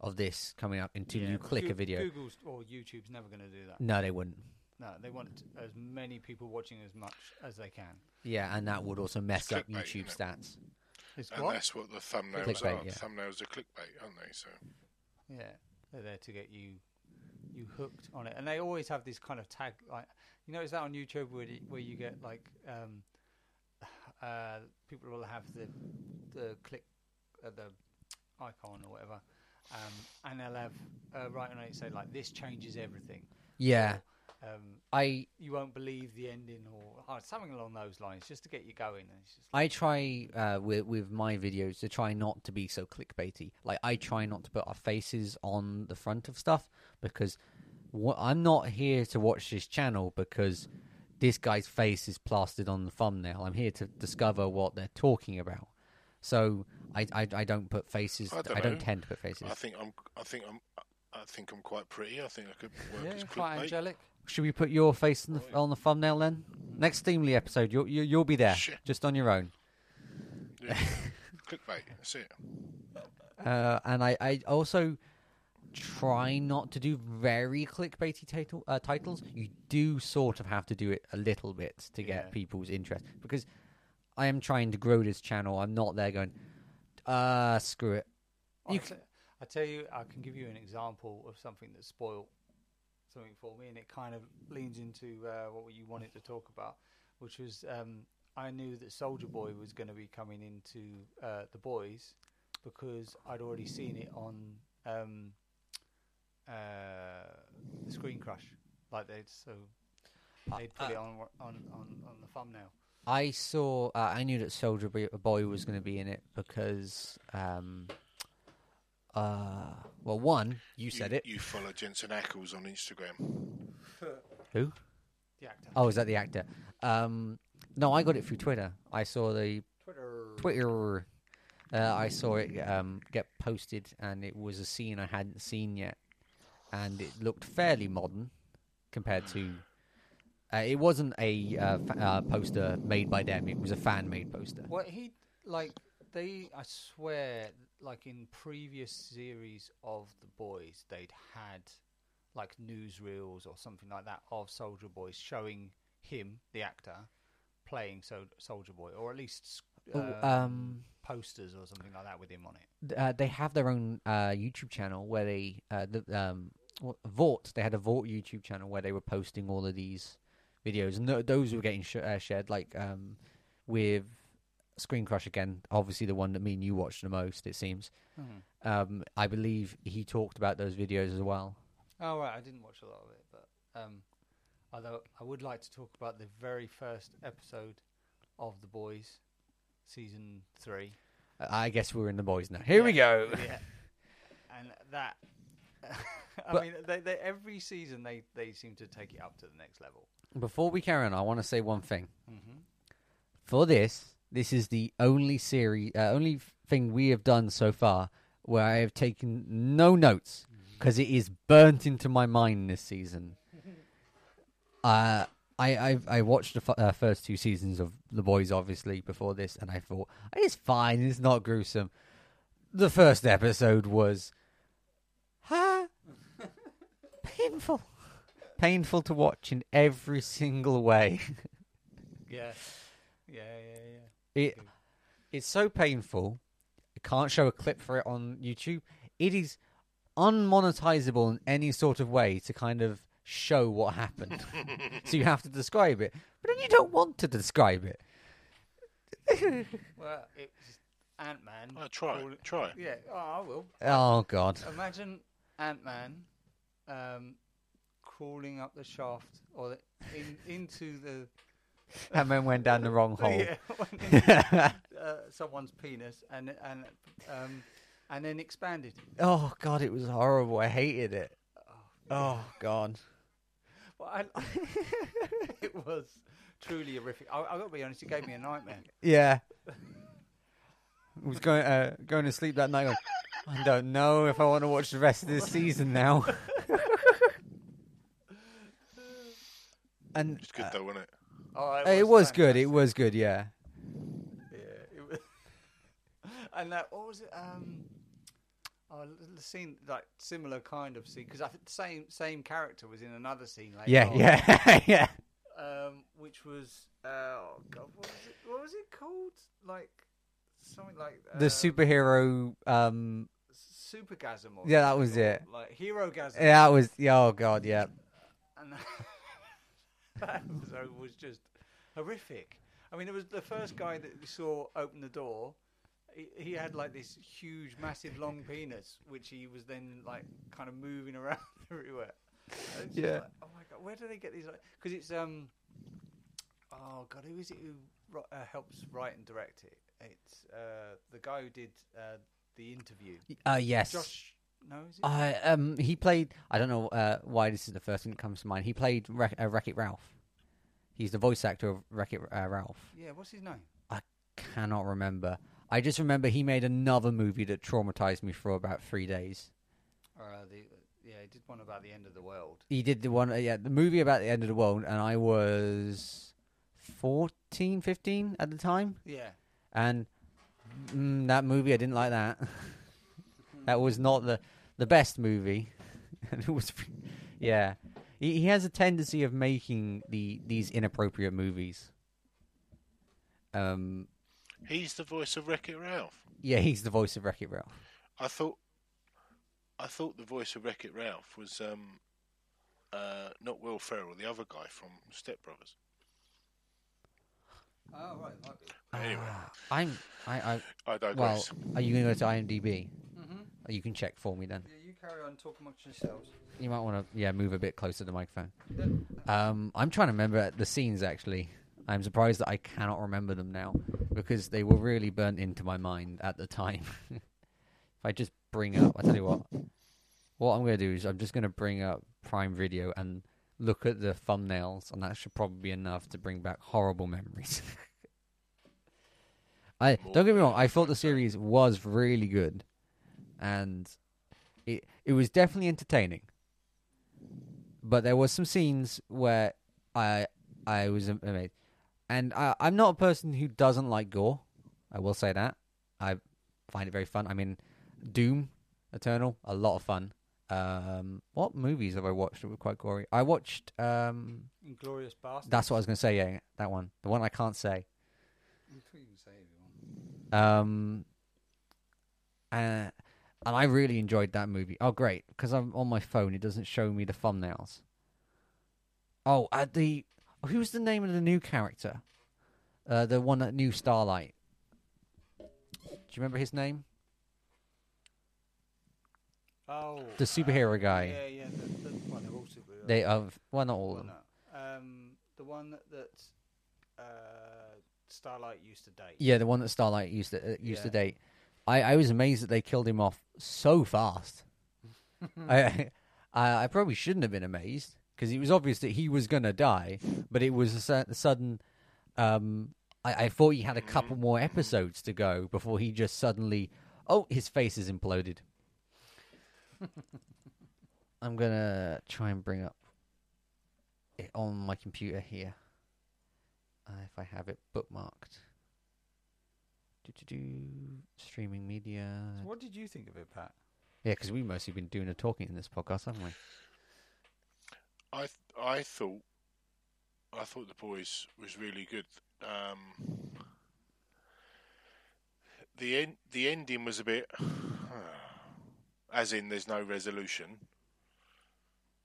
Speaker 1: of this coming up until you click a
Speaker 2: Goo-
Speaker 1: video?
Speaker 2: Google's or YouTube's never going to do that.
Speaker 1: No, they wouldn't.
Speaker 2: No, they want as many people watching as much as they can.
Speaker 1: Yeah, and that would also mess up
Speaker 3: clickbait,
Speaker 1: YouTube
Speaker 3: isn't
Speaker 1: stats.
Speaker 2: It's
Speaker 3: And
Speaker 2: what?
Speaker 3: that's what the thumbnails
Speaker 1: Clickbait,
Speaker 3: are.
Speaker 1: yeah.
Speaker 3: Thumbnails are clickbait, aren't they? So
Speaker 2: Yeah, they're there to get you you hooked on it, and they always have this kind of tag. Like you notice that on YouTube where you, where you get like um, uh, people will have the the click uh, the icon or whatever, um, and they'll have uh, right on it say like this changes everything.
Speaker 1: Yeah.
Speaker 2: Um,
Speaker 1: I
Speaker 2: you won't believe the ending or oh, something along those lines, just to get you going. And it's just
Speaker 1: I try uh, with with my videos to try not to be so clickbaity. Like I try not to put our faces on the front of stuff because wha- I'm not here to watch this channel because this guy's face is plastered on the thumbnail. I'm here to discover what they're talking about. So I I, I don't put faces.
Speaker 3: I
Speaker 1: I
Speaker 3: don't
Speaker 1: don't,
Speaker 3: know.
Speaker 1: tend to put faces.
Speaker 3: I think I'm. I think I'm. I think I'm quite pretty. I think I could work
Speaker 2: yeah,
Speaker 3: as
Speaker 2: you're quite
Speaker 3: clickbait.
Speaker 2: angelic.
Speaker 1: Should we put your face on the, on the thumbnail then? Next Steamly episode, you'll you, you'll be there
Speaker 3: Shit.
Speaker 1: just on your own.
Speaker 3: Yeah. clickbait. That's it.
Speaker 1: Uh, and I, I also try not to do very clickbaity title, uh, titles. You do sort of have to do it a little bit to get
Speaker 2: Yeah.
Speaker 1: people's interest because I am trying to grow this channel. I'm not there going, uh, screw it.
Speaker 2: I
Speaker 1: You
Speaker 2: te- I tell you, I can give you an example of something that spoiled something for me, and it kind of leans into uh, what you wanted to talk about, which was um, I knew that Soldier Boy was going to be coming into uh, the boys because I'd already seen it on um, uh, Screen Crush, like they'd so they'd put it
Speaker 1: Uh,
Speaker 2: on, wa- on on on the thumbnail.
Speaker 1: I saw, uh, I knew that Soldier Boy was going to be in it because, um, uh, well, one, you said it.
Speaker 3: You follow Jensen Ackles on Instagram.
Speaker 1: Who?
Speaker 2: The actor.
Speaker 1: Oh, is that the actor? Um, no, I got it through Twitter. I saw the
Speaker 2: Twitter.
Speaker 1: Twitter. Uh, I saw it um, get posted, and it was a scene I hadn't seen yet, and it looked fairly modern compared to. Uh, it wasn't a uh, fa- uh, poster made by them; it was a fan-made poster.
Speaker 2: Well, he like they. I swear, like in previous series of the boys, they'd had like newsreels or something like that of Soldier Boy showing him, the actor, playing so- Soldier Boy, or at least
Speaker 1: Oh,
Speaker 2: uh,
Speaker 1: um,
Speaker 2: posters or something like that with him on it.
Speaker 1: th- uh, they have their own uh, YouTube channel where they uh, the um, what- Vought. They had a Vought YouTube channel where they were posting all of these videos, and th- those were getting sh- uh, shared like um, with Screen Crush again. Obviously, the one that me and you watched the most, it seems. Um, I believe he talked about those videos as well.
Speaker 2: Oh right, I didn't watch a lot of it, but um, although I would like to talk about the very first episode of the boys, season three.
Speaker 1: I I guess we're in the boys now. Here we go.
Speaker 2: yeah. And that, I
Speaker 1: But-
Speaker 2: mean, they, they, every season they, they seem to take it up to the next level.
Speaker 1: Before we carry on, I want to say one thing.
Speaker 2: Mm-hmm.
Speaker 1: for this, this is the only series, uh, only f- thing we have done so far where I have taken no notes because it is burnt into my mind this season. Uh, I I've, I watched the f- uh, first two seasons of The Boys obviously before this, and I thought it's fine, it's not gruesome. The first episode was, huh, painful, painful to watch in every single way.
Speaker 2: Yeah. Yeah, yeah,
Speaker 1: It it's so painful. I can't show a clip for it on YouTube. It is unmonetizable in any sort of way to kind of show what happened. so you have to describe it, but then you don't want to describe it.
Speaker 2: yeah. Well, it's Ant Man.
Speaker 3: Oh, try, it, try. it.
Speaker 2: Yeah, oh, I will.
Speaker 1: Oh god.
Speaker 2: Imagine Ant Man um, crawling up the shaft or the, in, into the.
Speaker 1: That man went down the wrong hole.
Speaker 2: Yeah, went into, uh, someone's penis and and um, and then expanded.
Speaker 1: Oh god, it was horrible. I hated it. Oh god.
Speaker 2: Well, I, it was truly horrific. I, I got to be honest, it gave me a nightmare.
Speaker 1: Yeah. I was going uh, going to sleep that night. Going, I don't know if I want to watch the rest of this season now. and
Speaker 3: It's good though, wasn't it?
Speaker 2: Oh,
Speaker 1: uh, it was good.
Speaker 2: fantastic.
Speaker 1: It was good. Yeah.
Speaker 2: Yeah, it was. and that what was it? Um, oh, the scene like similar kind of scene because I think the same same character was in another scene later.
Speaker 1: Yeah.
Speaker 2: on,
Speaker 1: Yeah. yeah.
Speaker 2: Um, which was uh, oh god, what was it? What was it called? Like something like
Speaker 1: The
Speaker 2: um,
Speaker 1: superhero. Um.
Speaker 2: supergasm. Or
Speaker 1: Yeah, that
Speaker 2: something,
Speaker 1: was
Speaker 2: or,
Speaker 1: it.
Speaker 2: Like hero gasm.
Speaker 1: That was. Yeah, oh god. Yeah.
Speaker 2: and that episode was just horrific. I mean, it was the first guy that we saw open the door. He, he had like this huge, massive, long penis, which he was then like kind of moving around everywhere. And it's just
Speaker 1: Yeah.
Speaker 2: like, oh my god, where do they get these? Because it's um. Oh god, who is it who ri- uh, helps write and direct it? It's uh, the guy who did uh, the interview.
Speaker 1: Uh. Yes.
Speaker 2: Josh. No, is it?
Speaker 1: I um. He played. I don't know. Uh. Why this is the first thing that comes to mind. He played Wreck, uh, Wreck It Ralph. He's the voice actor of Wreck It uh, Ralph.
Speaker 2: yeah, what's his name?
Speaker 1: I cannot remember. I just remember he made another movie that traumatized me for about three days.
Speaker 2: Uh, the, yeah, he did one about the end of the world.
Speaker 1: He did the one, uh, yeah, the movie about the end of the world, and I was 14, 15 at the time.
Speaker 2: Yeah.
Speaker 1: And mm, that movie, I didn't like that. that was not the, the best movie. and it was, yeah. He, he has a tendency of making the these inappropriate movies. Um,
Speaker 3: He's the voice of Wreck It Ralph.
Speaker 1: yeah, he's the voice of Wreck It Ralph.
Speaker 3: I thought, I thought the voice of Wreck It Ralph was um, uh, not Will Ferrell, the other guy from Step Brothers.
Speaker 2: Oh, right. Might be.
Speaker 3: Anyway,
Speaker 1: I'm, I, I,
Speaker 3: I
Speaker 1: Ah. Well,
Speaker 3: digress.
Speaker 1: are you going to go to IMDb?
Speaker 2: Mhm.
Speaker 1: Mm-hmm. You can check for me then.
Speaker 2: Yeah, you carry on talking amongst yourselves.
Speaker 1: You might want to, yeah, move a bit closer to the microphone.
Speaker 2: Yeah.
Speaker 1: Um, I'm trying to remember the scenes actually. I'm surprised that I cannot remember them now because they were really burnt into my mind at the time. if I just bring up, I tell you what, what I'm going to do is I'm just going to bring up Prime Video and look at the thumbnails, and that should probably be enough to bring back horrible memories. I don't get me wrong. I thought the series was really good, and it it was definitely entertaining but there was some scenes where I I was am- amazed, and I, I'm not a person who doesn't like gore. I will say that I find it very fun. I mean, Doom Eternal, a lot of fun. Um, what movies have I watched that were quite gory? I watched. Um,
Speaker 2: Inglorious bastard.
Speaker 1: that's what I was going to say. Yeah, that one, the one I can't say.
Speaker 2: You can say if you want.
Speaker 1: Um, uh, and I really enjoyed that movie. Oh, great! Because I'm on my phone, it doesn't show me the thumbnails. Oh, uh, the who's the name of the new character? Uh, the one that new Starlight. Do you remember his name?
Speaker 2: Oh.
Speaker 1: The superhero guy.
Speaker 2: Yeah, yeah. The, the, well, they're all superheroes.
Speaker 1: They of well, not all
Speaker 2: Well,
Speaker 1: of them.
Speaker 2: no. Um, the one that, that uh, Starlight used to date.
Speaker 1: Yeah, the one that Starlight used to uh, used to
Speaker 2: Yeah.
Speaker 1: date. I, I was amazed that they killed him off so fast. I, I I probably shouldn't have been amazed because it was obvious that he was gonna die, but it was a su- sudden. Um, I, I thought he had a
Speaker 2: Mm.
Speaker 1: couple more episodes to go before he just suddenly, oh, his face is imploded. I'm gonna try and bring up it on my computer here, uh, if I have it bookmarked. Do do do streaming media.
Speaker 2: So what did you think of it, Pat?
Speaker 1: Yeah, because we've mostly been doing the talking in this podcast, haven't we?
Speaker 3: I th- I thought I thought the boys was really good. Um, the end the ending was a bit, as in there's no resolution,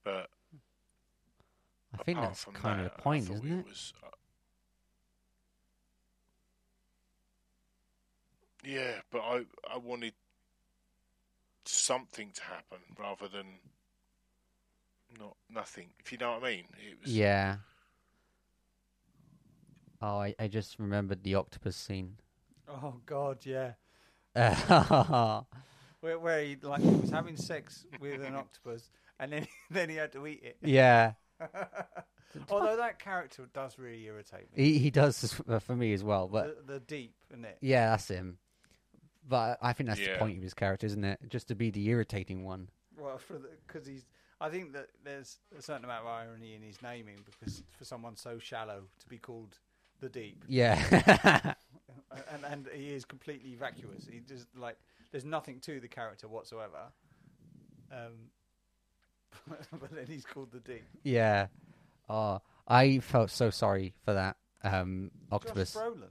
Speaker 3: but
Speaker 1: I think
Speaker 3: apart
Speaker 1: that's
Speaker 3: from
Speaker 1: kind
Speaker 3: that,
Speaker 1: of
Speaker 3: I
Speaker 1: the point,
Speaker 3: thought
Speaker 1: isn't it?
Speaker 3: was, uh, yeah, but I I wanted something to happen rather than not nothing. If you know what I mean, it was
Speaker 1: Yeah. Oh, I, I just remembered the octopus scene.
Speaker 2: Oh God, yeah.
Speaker 1: yeah,
Speaker 2: Where, where he like he was having sex with an octopus, and then then he had to eat it.
Speaker 1: he
Speaker 2: Although that character does really irritate me.
Speaker 1: he does this f- for me as well, but
Speaker 2: the, the deep, isn't it?
Speaker 1: yeah, that's him. But I think that's the
Speaker 3: Yeah.
Speaker 1: point of his character, isn't it? Just to be the irritating one.
Speaker 2: Well, because he's. I think that there's a certain amount of irony in his naming because for someone so shallow to be called the deep,
Speaker 1: Yeah,
Speaker 2: A- and and he is completely vacuous. He just like there's nothing to the character whatsoever. Um, but then he's called the deep.
Speaker 1: yeah. Oh, I felt so sorry for that um, octopus.
Speaker 2: Josh Brolin,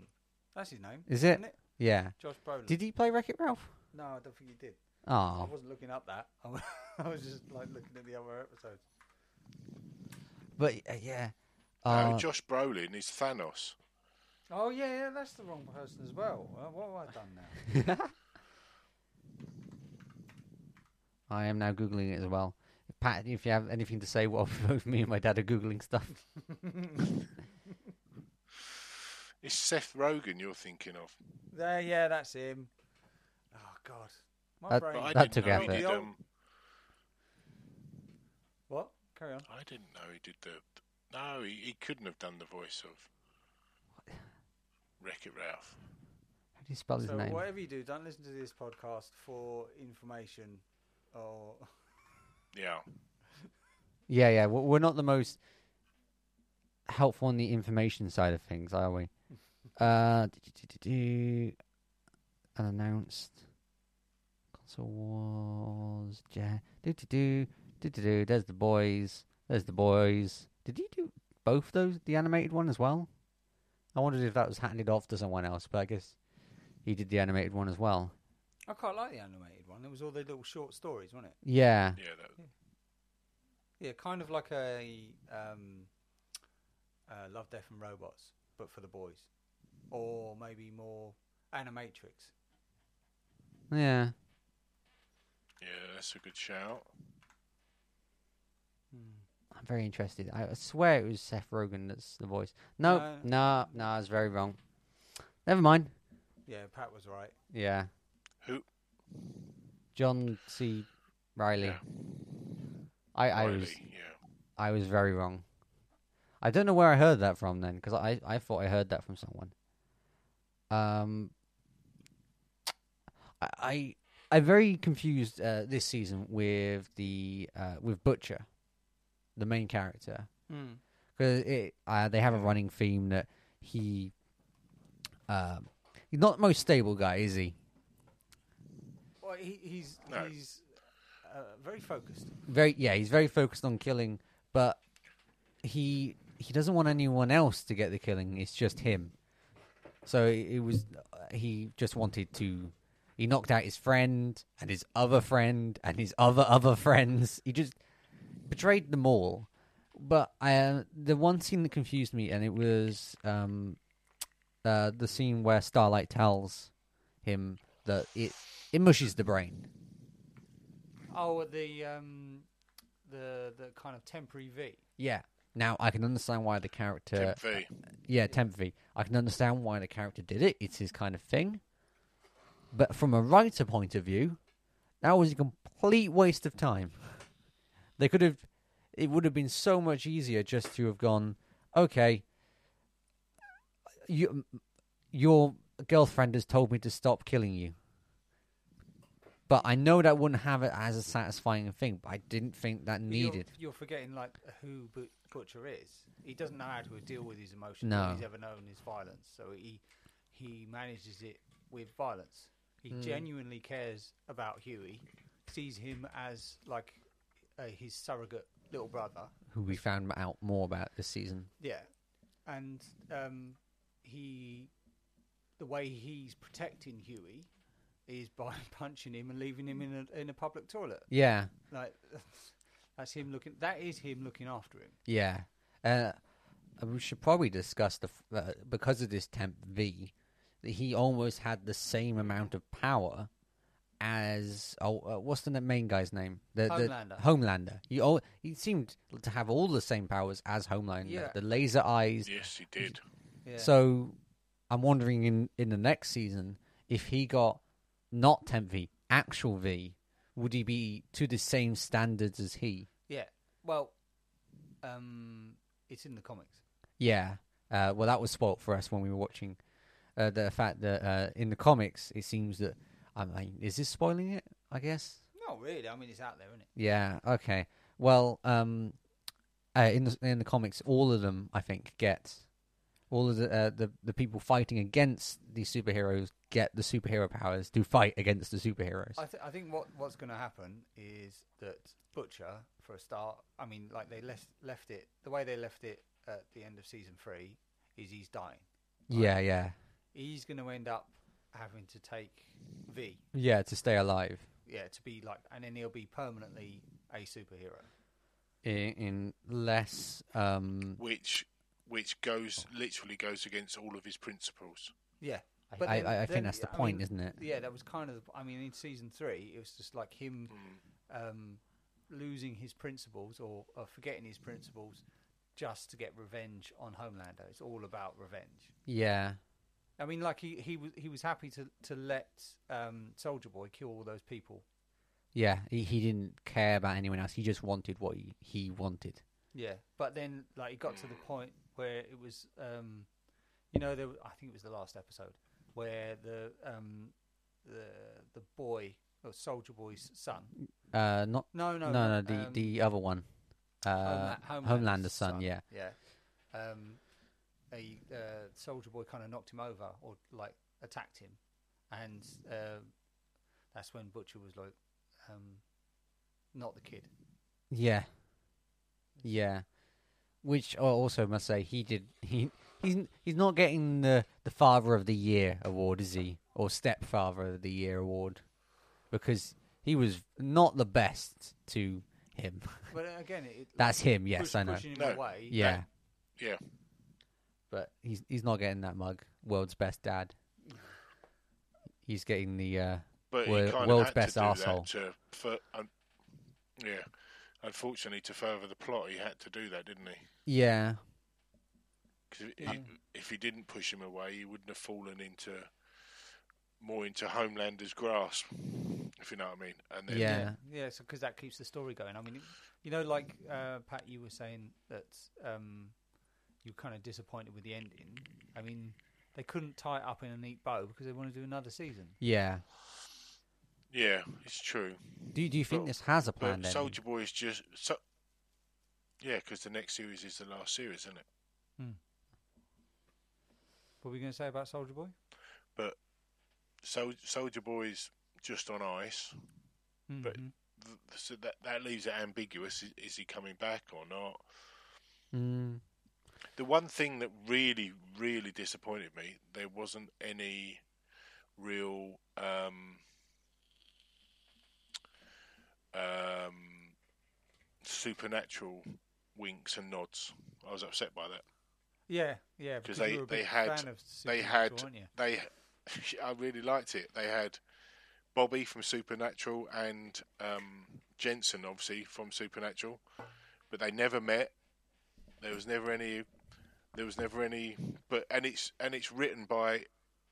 Speaker 2: that's his name.
Speaker 1: Is it?
Speaker 2: isn't it?
Speaker 1: Yeah.
Speaker 2: Josh Brolin.
Speaker 1: Did he play Wreck It Ralph?
Speaker 2: No, I don't think he did. I
Speaker 1: Oh,
Speaker 2: wasn't looking up that. I was- I was just like looking at the other episodes.
Speaker 1: but uh, yeah.
Speaker 3: No,
Speaker 1: Uh,
Speaker 3: Oh, Josh Brolin is Thanos.
Speaker 2: Oh yeah, yeah, that's the wrong person as well. Uh, what have I done now?
Speaker 1: I am now googling it as well. Pat, if you have anything to say, while both me and my dad are googling stuff.
Speaker 3: It's Seth Rogen you're thinking of.
Speaker 2: There, yeah, that's him. Oh God, my
Speaker 1: That-
Speaker 3: But
Speaker 2: brain.
Speaker 3: I
Speaker 1: That
Speaker 3: didn't
Speaker 1: took
Speaker 3: know
Speaker 1: effort.
Speaker 3: He did, um,
Speaker 2: What? Carry on.
Speaker 3: I didn't know he did the. No, he, he couldn't have done the voice of Wreck It Ralph.
Speaker 1: How do you spell his
Speaker 2: So
Speaker 1: name?
Speaker 2: whatever you do, don't listen to this podcast for information. Or
Speaker 3: Yeah.
Speaker 1: Yeah, yeah. We're we're not the most helpful on the information side of things, are we? uh, do-do-do-do-do. unannounced console wars. Yeah, do do do do do do. There's the boys. There's the boys. Did you do both those? The animated one as well. I wondered if that was handed off to someone else, but I guess he did the animated one as well.
Speaker 2: I quite like the animated one. It was all the little short stories, wasn't it?
Speaker 1: Yeah,
Speaker 3: Yeah, that,
Speaker 2: Yeah, kind of like a um, uh, Love, Death and Robots, but for the boys, or maybe more Animatrix.
Speaker 1: yeah.
Speaker 3: yeah, that's a good shout.
Speaker 2: Hmm.
Speaker 1: I'm very interested. I I swear it was Seth Rogen that's the voice. No,
Speaker 2: No.
Speaker 1: no, no, I was very wrong. Never mind.
Speaker 2: Yeah, Pat was right.
Speaker 1: Yeah.
Speaker 3: Who?
Speaker 1: John C. Riley.
Speaker 3: Yeah.
Speaker 1: I, I
Speaker 3: Riley,
Speaker 1: was
Speaker 3: yeah.
Speaker 1: I was very wrong. I don't know where I heard that from then, because I, I thought I heard that from someone. Um, I, I I'm very confused uh, this season with the uh, with Butcher, the main character.
Speaker 2: Hmm.
Speaker 1: because it uh, they have a running theme that he um he's not the most stable guy, is he?
Speaker 2: Well, he, he's
Speaker 3: No.
Speaker 2: he's uh, very focused.
Speaker 1: Very yeah, he's very focused on killing, but he he doesn't want anyone else to get the killing. It's just him. So it, it was he just wanted to. He knocked out his friend and his other friend and his other other friends. He just betrayed them all. But uh, the one scene that confused me, and it was um, uh, the scene where Starlight tells him that it it mushes the brain.
Speaker 2: Oh, the um, the the kind of temporary V.
Speaker 1: Yeah. Now I can understand why the character.
Speaker 3: Tim V.
Speaker 1: Yeah, Tempy. I can understand why the character did it. It's his kind of thing. But from a writer point of view, that was a complete waste of time. They could have. It would have been so much easier just to have gone. Okay. You, your girlfriend has told me to stop killing you. But I know that wouldn't have it as a satisfying thing. But I didn't think that
Speaker 2: But you're-
Speaker 1: needed.
Speaker 2: You're, forgetting like who but- Butcher is. He doesn't know how to deal with his emotions.
Speaker 1: No.
Speaker 2: All he's ever known is violence. So he he manages it with violence. He
Speaker 1: Hmm.
Speaker 2: genuinely cares about Huey. Sees him as like uh, his surrogate little brother.
Speaker 1: Who we found out more about this season.
Speaker 2: Yeah, and um, he, the way he's protecting Huey, is by punching him and leaving him in a in a public toilet.
Speaker 1: Yeah,
Speaker 2: Like that's him looking. That is him looking after him.
Speaker 1: yeah. Uh, we should probably discuss the f- uh, because of this temp V, that he almost had the same amount of power as oh, uh, what's the na- main guy's name? The,
Speaker 2: Homelander.
Speaker 1: The, Homelander. He all he seemed to have all the same powers as Homelander.
Speaker 2: Yeah.
Speaker 1: The laser eyes,
Speaker 3: Yes, he did.
Speaker 2: Yeah.
Speaker 1: So I'm wondering in, in the next season if he got not temp V, actual V, would he be to the same standards as he?
Speaker 2: yeah, well, um, it's in the comics.
Speaker 1: Yeah. Uh, well, that was spoilt for us when we were watching uh, the fact that uh, in the comics it seems that I mean, is this spoiling it? I guess.
Speaker 2: Not really. I mean, it's out there, isn't it?
Speaker 1: Yeah. Okay. Well, um, uh, in the in the comics, all of them, I think, get all of the uh, the the people fighting against these superheroes get the superhero powers to fight against the superheroes.
Speaker 2: I, th- I think what, what's going to happen is that Butcher, for a start, I mean, like they left left it the way they left it at the end of season three is he's dying.
Speaker 1: yeah, yeah,
Speaker 2: He's going to end up having to take V,
Speaker 1: yeah, to stay alive
Speaker 2: yeah, to be like, and then he'll be permanently a superhero.
Speaker 1: in, in less. Um,
Speaker 3: Which which goes literally goes against all of his principles.
Speaker 2: Yeah,
Speaker 1: I, I, I think that's the point, isn't it?
Speaker 2: Yeah, that was kind of. I mean, in season three, it was just like him um, losing his principles or, or forgetting his principles just to get revenge on Homelander. It's all about revenge.
Speaker 1: Yeah,
Speaker 2: I mean, like he, he was he was happy to to let um, Soldier Boy kill all those people.
Speaker 1: yeah. He, he didn't care about anyone else. He just wanted what he, he wanted.
Speaker 2: Yeah, but then like it got to the point where it was, um, you know, there, I think it was the last episode where the um, the the boy or Soldier Boy's son.
Speaker 1: Uh, not
Speaker 2: No, no,
Speaker 1: no, no. the
Speaker 2: um, Oh,
Speaker 1: the other one, uh,
Speaker 2: Homela-
Speaker 1: Homelander's son. Yeah.
Speaker 2: yeah. Um, a uh, soldier boy kind of knocked him over or like attacked him, and uh, that's when Butcher was like, um, "Not the kid."
Speaker 1: Yeah. Yeah. Which I also must say he did he he's he's not getting the the father of the year award is he or stepfather of the year award because he was not the best to him.
Speaker 2: But again, it,
Speaker 1: That's him. Yes,
Speaker 2: push-
Speaker 1: I know.
Speaker 2: Pushing him
Speaker 3: No.
Speaker 2: away.
Speaker 1: Yeah.
Speaker 3: Yeah.
Speaker 1: But he's he's not getting that mug. World's best dad. He's getting the uh
Speaker 3: But
Speaker 1: Wor-
Speaker 3: he kind
Speaker 1: world's
Speaker 3: of had
Speaker 1: best
Speaker 3: to do
Speaker 1: arsehole.
Speaker 3: that to fur- un- yeah. Unfortunately, to further the plot, he had to do that, didn't he?
Speaker 1: yeah,
Speaker 3: Because if he didn't push him away, he wouldn't have fallen into more into Homelander's grasp, if you know what I mean. And then
Speaker 1: Yeah.
Speaker 2: yeah. So because that keeps the story going. I mean, it- you know, like uh, Pat, you were saying that um, you were kind of disappointed with the ending. I mean, they couldn't tie it up in a neat bow because they want to do another season.
Speaker 1: yeah.
Speaker 3: yeah, it's true.
Speaker 1: Do do you think
Speaker 3: Well,
Speaker 1: this has a plan
Speaker 3: But
Speaker 1: then?
Speaker 3: Soldier Boy is just so. Yeah, because the next series is the last series, isn't it?
Speaker 2: What were we going to say about Soldier Boy?
Speaker 3: So Soldier Boy's just on ice. But-
Speaker 2: Mhm.
Speaker 3: Th- So that that leaves it ambiguous. Is, is he coming back or not?
Speaker 1: Mm,
Speaker 3: The one thing that really, really disappointed me, there wasn't any real um, um, supernatural winks and nods. I was upset by that.
Speaker 2: yeah, yeah, because
Speaker 3: they-
Speaker 2: you were a
Speaker 3: they
Speaker 2: big
Speaker 3: had-
Speaker 2: fan of
Speaker 3: they
Speaker 2: Supernatural,
Speaker 3: had
Speaker 2: weren't you?
Speaker 3: they, I really liked it. They had Bobby from Supernatural and um, Jensen, obviously from Supernatural, but they never met. There was never any. There was never any. But and it's and it's written by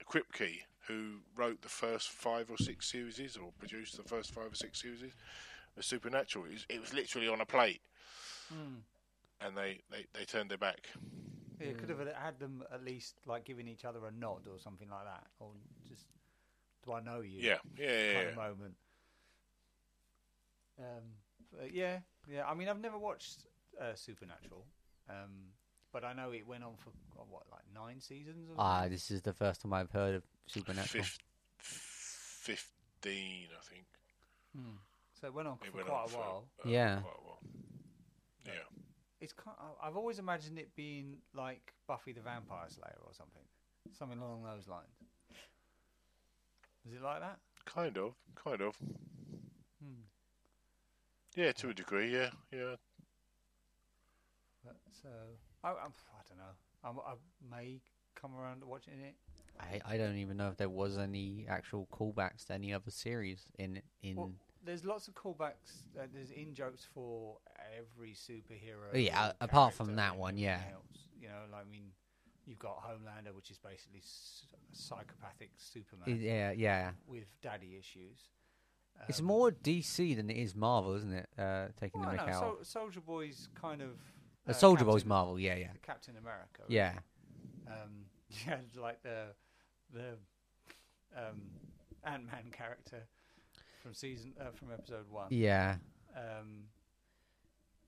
Speaker 3: Kripke, who wrote the first five or six series, or produced the first five or six series of Supernatural. It was, it was literally on a plate,
Speaker 2: Mm.
Speaker 3: and they, they, they turned their back.
Speaker 2: It could have had them at least like giving each other a nod or something like that, or just "Do I know you?"
Speaker 3: Yeah, yeah, yeah.
Speaker 2: kind
Speaker 3: yeah.
Speaker 2: of moment. Um, but yeah, yeah. I mean, I've never watched uh, Supernatural, um, but I know it went on for oh, what, like nine seasons. Or
Speaker 1: Ah, this is the first time I've heard of Supernatural.
Speaker 3: Fif- Fifteen, I think.
Speaker 2: something? So it went on
Speaker 3: It
Speaker 2: for
Speaker 3: went
Speaker 2: quite
Speaker 3: on
Speaker 2: a
Speaker 3: for,
Speaker 2: while.
Speaker 3: uh,
Speaker 1: Yeah.
Speaker 3: Quite a while. Yeah.
Speaker 2: It's kind I've always imagined it being like Buffy the Vampire Slayer or something, something along those lines. Is it like that?
Speaker 3: Kind of, kind of.
Speaker 2: Hmm.
Speaker 3: Yeah, to a degree. Yeah, yeah.
Speaker 2: But, so I, I'm, I don't know. I'm, I may come around to watching it.
Speaker 1: I, I don't even know if there was any actual callbacks to any other series in in.
Speaker 2: Well, there's lots of callbacks. Uh, there's in jokes for every superhero.
Speaker 1: Oh, yeah,
Speaker 2: or
Speaker 1: a- apart from
Speaker 2: character
Speaker 1: that
Speaker 2: and
Speaker 1: one,
Speaker 2: everything
Speaker 1: yeah.
Speaker 2: else. You know, like, I mean, you've got Homelander, which is basically s- psychopathic Superman
Speaker 1: yeah, yeah.
Speaker 2: with daddy issues.
Speaker 1: it's
Speaker 2: Um,
Speaker 1: more DC than it is Marvel, isn't it? Uh, taking
Speaker 2: Well,
Speaker 1: the
Speaker 2: no,
Speaker 1: mick out.
Speaker 2: Soldier Boy's kind of
Speaker 1: Uh, Soldier
Speaker 2: Captain-
Speaker 1: Boy's Marvel, yeah, yeah,
Speaker 2: Captain America. right?
Speaker 1: yeah.
Speaker 2: Um, yeah, like the the um, Ant Man character from season uh, from episode one.
Speaker 1: Yeah,
Speaker 2: Um,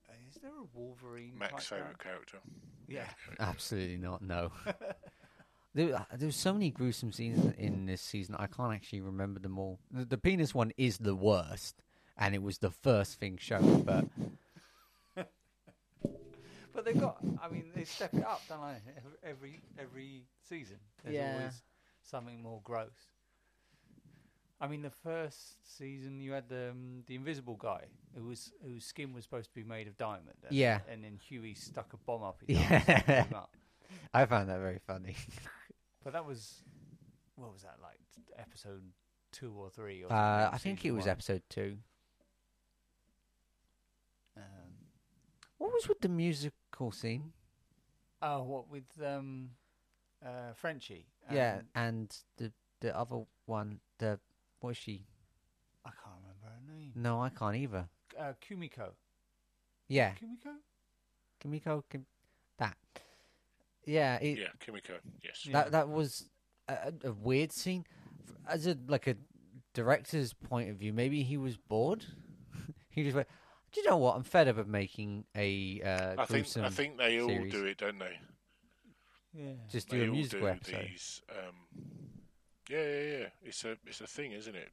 Speaker 2: uh, is there a Wolverine?
Speaker 3: Mac's
Speaker 2: type
Speaker 3: favourite character.
Speaker 2: Yeah.
Speaker 1: absolutely not. No, there, uh, there was so many gruesome scenes in this season. I can't actually remember them all. The, the penis one is the worst, and it was the first thing shown. But
Speaker 2: But they've got. I mean, they step it up, don't they? Ev- Every every season, there's
Speaker 1: Yeah.
Speaker 2: always something more gross. I mean, the first season you had the um, the invisible guy who was whose skin was supposed to be made of diamond. And,
Speaker 1: Yeah.
Speaker 2: And then Huey stuck a bomb up his
Speaker 1: Yeah.
Speaker 2: arse and blew him up.
Speaker 1: I found that very funny.
Speaker 2: But that was what was that like? t- Episode two or three?
Speaker 1: Uh,
Speaker 2: Or something,
Speaker 1: I think it
Speaker 2: season
Speaker 1: was
Speaker 2: one.
Speaker 1: episode two.
Speaker 2: Um,
Speaker 1: What was with the musical scene?
Speaker 2: oh, what with um, uh, Frenchie? um,
Speaker 1: yeah,
Speaker 2: and-
Speaker 1: and the the other one, the what is she?
Speaker 2: I can't remember her name.
Speaker 1: No, I can't either.
Speaker 2: uh, Kumiko.
Speaker 1: Yeah,
Speaker 2: Kumiko?
Speaker 1: Kimiko, Kim, that. Yeah, it,
Speaker 3: Yeah, Kimiko. Yes.
Speaker 2: Yeah.
Speaker 1: that that was a, a a weird scene. F- As a like a director's point of view, maybe he was bored. he just went, "Do you know what? I'm fed up of making a uh,
Speaker 3: I think
Speaker 1: gruesome.
Speaker 3: I think they all
Speaker 1: series.
Speaker 3: do it, don't they?
Speaker 2: Yeah.
Speaker 1: just do
Speaker 3: They
Speaker 1: a
Speaker 3: all
Speaker 1: musical
Speaker 3: do
Speaker 1: episode."
Speaker 3: these. Um, yeah, yeah, yeah. It's a it's a thing, isn't it?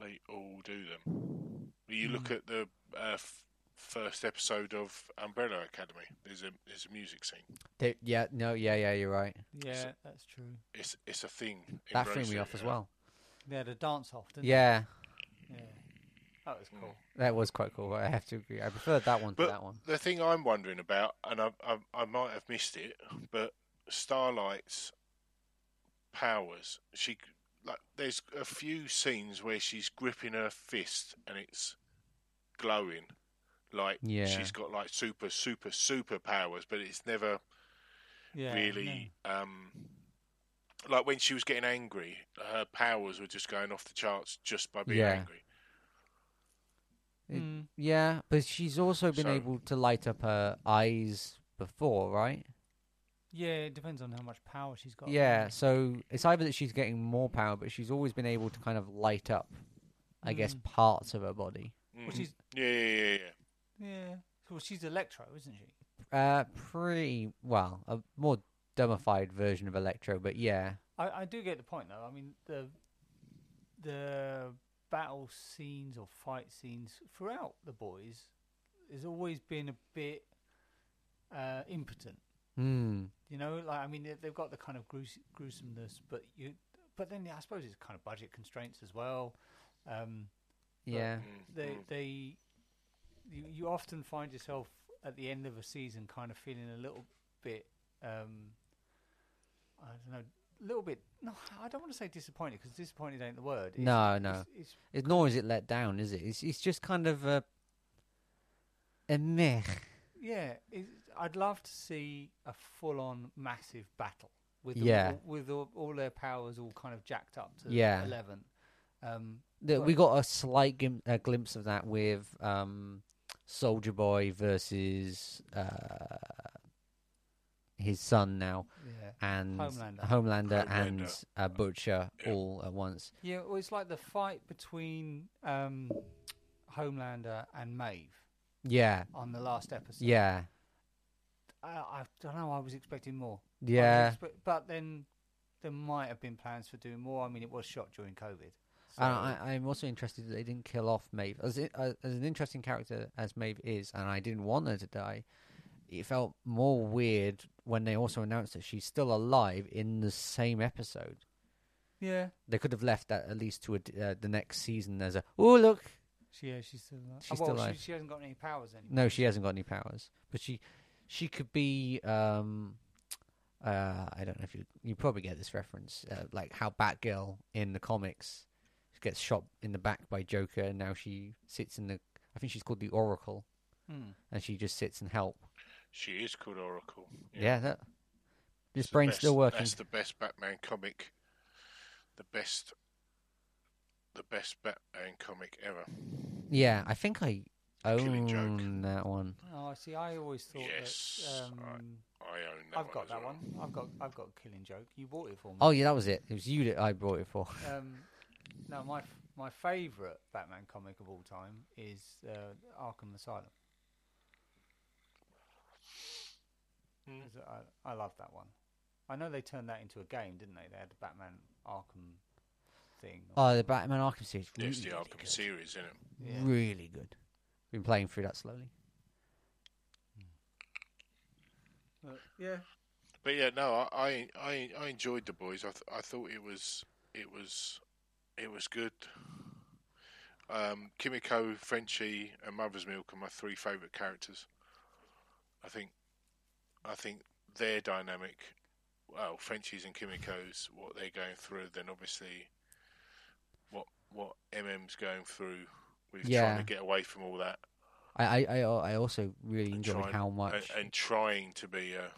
Speaker 3: They all do them. You
Speaker 1: Hmm.
Speaker 3: look at the uh, f- first episode of Umbrella Academy. There's a there's a music scene.
Speaker 1: They- yeah, no, yeah, yeah, you're right.
Speaker 2: Yeah, that's true.
Speaker 3: It's it's a thing.
Speaker 1: That threw
Speaker 3: Embrace
Speaker 1: me
Speaker 3: it,
Speaker 1: off as
Speaker 3: yeah.
Speaker 1: well.
Speaker 2: They had a dance off, didn't
Speaker 1: Yeah,
Speaker 2: they? Yeah. That was cool.
Speaker 1: that was quite cool. I have to agree. I preferred that one to
Speaker 3: But-
Speaker 1: that one.
Speaker 3: The thing I'm wondering about, and I, I, I might have missed it, but Starlight's powers. She like there's a few scenes where she's gripping her fist and it's glowing, like
Speaker 1: Yeah.
Speaker 3: she's got like super super super powers, but it's never
Speaker 2: Yeah. Mm.
Speaker 3: really um, like when she was getting angry, her powers were just going off the charts just by being
Speaker 1: Yeah.
Speaker 3: angry.
Speaker 1: It-
Speaker 2: Mm.
Speaker 1: Yeah, but she's also been
Speaker 3: So-
Speaker 1: able to light up her eyes before, right?
Speaker 2: Yeah, it depends on how much power she's got.
Speaker 1: Yeah, so it's either that she's getting more power, but she's always been able to kind of light up, I guess, parts of her body.
Speaker 3: Mm.
Speaker 2: Which is,
Speaker 3: Yeah, yeah, yeah, yeah.
Speaker 2: yeah. Well, she's Electro, isn't she?
Speaker 1: Uh, pretty well, a more dumbified version of Electro, but yeah,
Speaker 2: I, I do get the point, though. I mean, the the battle scenes or fight scenes throughout the boys has always been a bit uh, impotent.
Speaker 1: hmm,
Speaker 2: You know, like I mean, they- they've got the kind of grues- gruesomeness, but you, but then I suppose it's kind of budget constraints as well. Um,
Speaker 1: yeah,
Speaker 3: Mm,
Speaker 2: they,
Speaker 3: mm.
Speaker 2: they, you, you often find yourself at the end of a season kind of feeling a little bit, um, I don't know, a little bit. No, I don't want to say disappointed because disappointed ain't the word. It's-
Speaker 1: No, no.
Speaker 2: it's- it's
Speaker 1: it, nor is it let down, is it? It's it's just kind of a a meh.
Speaker 2: Yeah, it, I'd love to see a full-on massive battle with
Speaker 1: Yeah.
Speaker 2: all, with all, all their powers all kind of jacked up to
Speaker 1: Yeah.
Speaker 2: eleven. Um,
Speaker 1: That we
Speaker 2: Right.
Speaker 1: got a slight gim- a glimpse of that with um Soldier Boy versus uh, his son now,
Speaker 2: Yeah.
Speaker 1: and
Speaker 2: Homelander.
Speaker 1: Homelander
Speaker 3: Homelander.
Speaker 1: and uh, Butcher
Speaker 3: Yeah.
Speaker 1: all at once.
Speaker 2: Yeah, well, it's like the fight between um, Homelander and Maeve
Speaker 1: Yeah,
Speaker 2: on the last episode.
Speaker 1: yeah,
Speaker 2: I, I don't know. I was expecting more. I was
Speaker 1: yeah.
Speaker 2: expect- but then there might have been plans for doing more. I mean, it was shot during COVID. So
Speaker 1: And I, I'm also interested that they didn't kill off Maeve as it, uh, as as an interesting character as Maeve is, and I didn't want her to die. It felt more weird when they also announced that she's still alive in the same episode.
Speaker 2: yeah,
Speaker 1: They could have left that at least to a d uh, the next season as a oh look,
Speaker 2: she yeah, she's still alive.
Speaker 1: She's
Speaker 2: well,
Speaker 1: still alive.
Speaker 2: She, she hasn't got any powers anymore.
Speaker 1: no, she hasn't got any powers, but she she could be um uh I don't know if you you probably get this reference uh, like how Batgirl in the comics gets shot in the back by Joker and now she sits in the I think she's called the Oracle
Speaker 2: Hmm.
Speaker 1: and she just sits and help.
Speaker 3: She is called Oracle.
Speaker 1: Yeah, that this
Speaker 3: It's the
Speaker 1: brain's still
Speaker 3: best-
Speaker 1: working.
Speaker 3: That's the best Batman comic. The best. The best Batman comic ever.
Speaker 1: Yeah, I think I
Speaker 3: Killing Joke.
Speaker 1: own that one.
Speaker 2: Oh, I see. I always thought
Speaker 3: Yes,
Speaker 2: that. Um,
Speaker 3: I- I own that
Speaker 2: I've
Speaker 3: one
Speaker 2: got
Speaker 3: as
Speaker 2: that
Speaker 3: well.
Speaker 2: one. I've got I've got a Killing Joke. You bought it for me.
Speaker 1: Oh yeah, that was it. It was you that I brought it for.
Speaker 2: Um, no, my f- my favourite Batman comic of all time is uh, Arkham Asylum.
Speaker 3: Mm.
Speaker 2: 'Cause I, I love that one. I know they turned that into a game, didn't they? They had the Batman Arkham thing. or
Speaker 1: Oh, the
Speaker 2: something.
Speaker 1: Batman Arkham series. Really,
Speaker 3: It's the
Speaker 1: really
Speaker 3: Arkham
Speaker 1: good.
Speaker 3: series, isn't it?
Speaker 2: Yeah.
Speaker 1: Really good. Been playing through that slowly.
Speaker 2: But, yeah.
Speaker 3: But yeah, no, I I I, I enjoyed the boys. I th- I thought it was it was it was good. Um, Kimiko, Frenchie, and Mother's Milk are my three favourite characters. I think I think their dynamic, well, Frenchie's and Kimiko's, what they're going through, then obviously what what MM's going through with
Speaker 1: Yeah.
Speaker 3: trying to get away from all that
Speaker 1: I I, I, I also really
Speaker 3: And
Speaker 1: enjoyed
Speaker 3: trying-
Speaker 1: how
Speaker 3: and,
Speaker 1: much.
Speaker 3: and trying to be a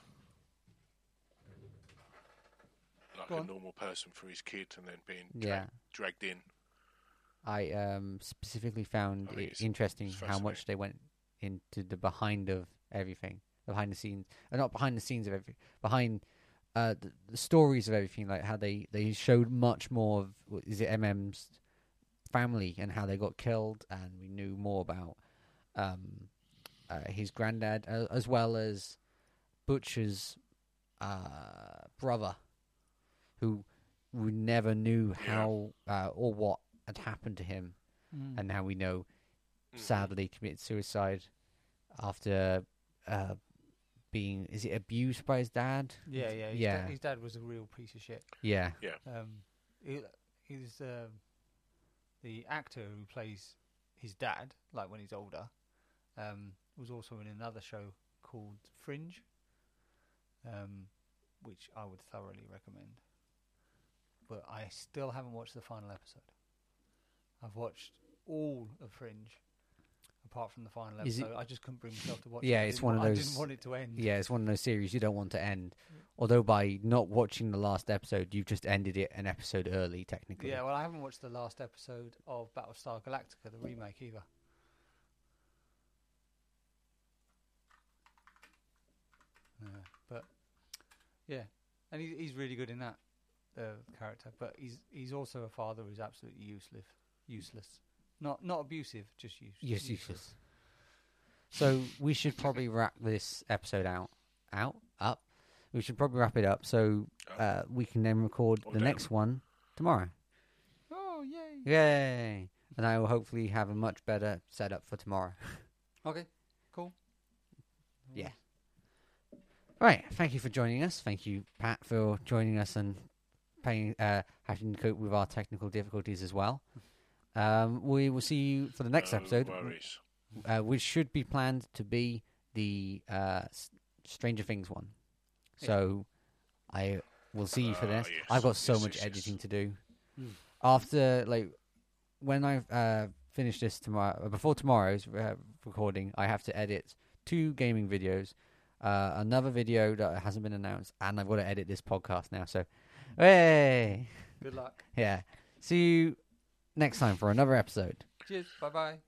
Speaker 3: like
Speaker 2: Go
Speaker 3: a
Speaker 2: on.
Speaker 3: normal person for his kid, and then being
Speaker 1: yeah,
Speaker 3: drag- dragged in.
Speaker 1: I um specifically found
Speaker 3: I think
Speaker 1: it
Speaker 3: it's-
Speaker 1: interesting
Speaker 3: it's
Speaker 1: how much they went into the behind of everything, the behind the scenes, uh, not behind the scenes of every behind. Uh, the, the stories of everything, like how they they showed much more of what is it MM's family and how they got killed, and we knew more about um, uh, his granddad uh, as well as Butcher's uh, brother, who we never knew
Speaker 3: Yeah.
Speaker 1: how uh, or what had happened to him,
Speaker 2: Mm.
Speaker 1: and now we know
Speaker 3: Mhm.
Speaker 1: sadly committed suicide after uh, being is it abused by his dad?
Speaker 2: Yeah, yeah. His,
Speaker 1: yeah.
Speaker 2: Dad, his dad was a real piece of shit.
Speaker 1: Yeah,
Speaker 2: Um, he, he's um, the actor who plays his dad, like when he's older, um, was also in another show called Fringe, um, which I would thoroughly recommend. But I still haven't watched the final episode. I've watched all of Fringe, apart from the final
Speaker 1: Is it-
Speaker 2: episode. I just couldn't bring myself to watch.
Speaker 1: Yeah,
Speaker 2: it. I
Speaker 1: it's
Speaker 2: didn't
Speaker 1: one
Speaker 2: wa-
Speaker 1: of
Speaker 2: I
Speaker 1: those-
Speaker 2: didn't want it to end.
Speaker 1: yeah. It's one of those series you don't want to end. Although by not watching the last episode, you've just ended it an episode early, technically.
Speaker 2: Yeah, well, I haven't watched the last episode of Battlestar Galactica, the remake, either. Uh, but yeah, and he, he's really good in that uh, character. But he's he's also a father who's absolutely useless, useless. Not not abusive, just use,
Speaker 1: Yes, useless. So we should probably wrap this episode out, out, up. We should probably wrap it up so
Speaker 3: Up.
Speaker 1: uh, we can then record
Speaker 3: Or
Speaker 1: the
Speaker 3: down.
Speaker 1: next one tomorrow.
Speaker 2: Oh yay!
Speaker 1: Yay! And I will hopefully have a much better setup for tomorrow.
Speaker 2: Okay, cool.
Speaker 1: Yeah. Right. Thank you for joining us. Thank you, Pat, for joining us and paying, uh, having to cope with our technical difficulties as well. Um, we will see you for the next
Speaker 3: No
Speaker 1: episode,
Speaker 3: worries.
Speaker 1: uh, which should be planned to be the uh, S- Stranger Things one.
Speaker 2: Yeah.
Speaker 1: So I will see you for
Speaker 3: Ah,
Speaker 1: this.
Speaker 3: yes.
Speaker 1: I've got so
Speaker 3: Yes,
Speaker 1: much
Speaker 3: yes, yes.
Speaker 1: editing to do.
Speaker 2: Mm.
Speaker 1: After like when I uh, finish this tomorrow, uh, before tomorrow's uh, recording, I have to edit two gaming videos, uh, another video that hasn't been announced, and I've got to edit this podcast now. So, hey,
Speaker 2: Good luck.
Speaker 1: yeah. See you next time for another episode.
Speaker 2: Cheers. Bye bye.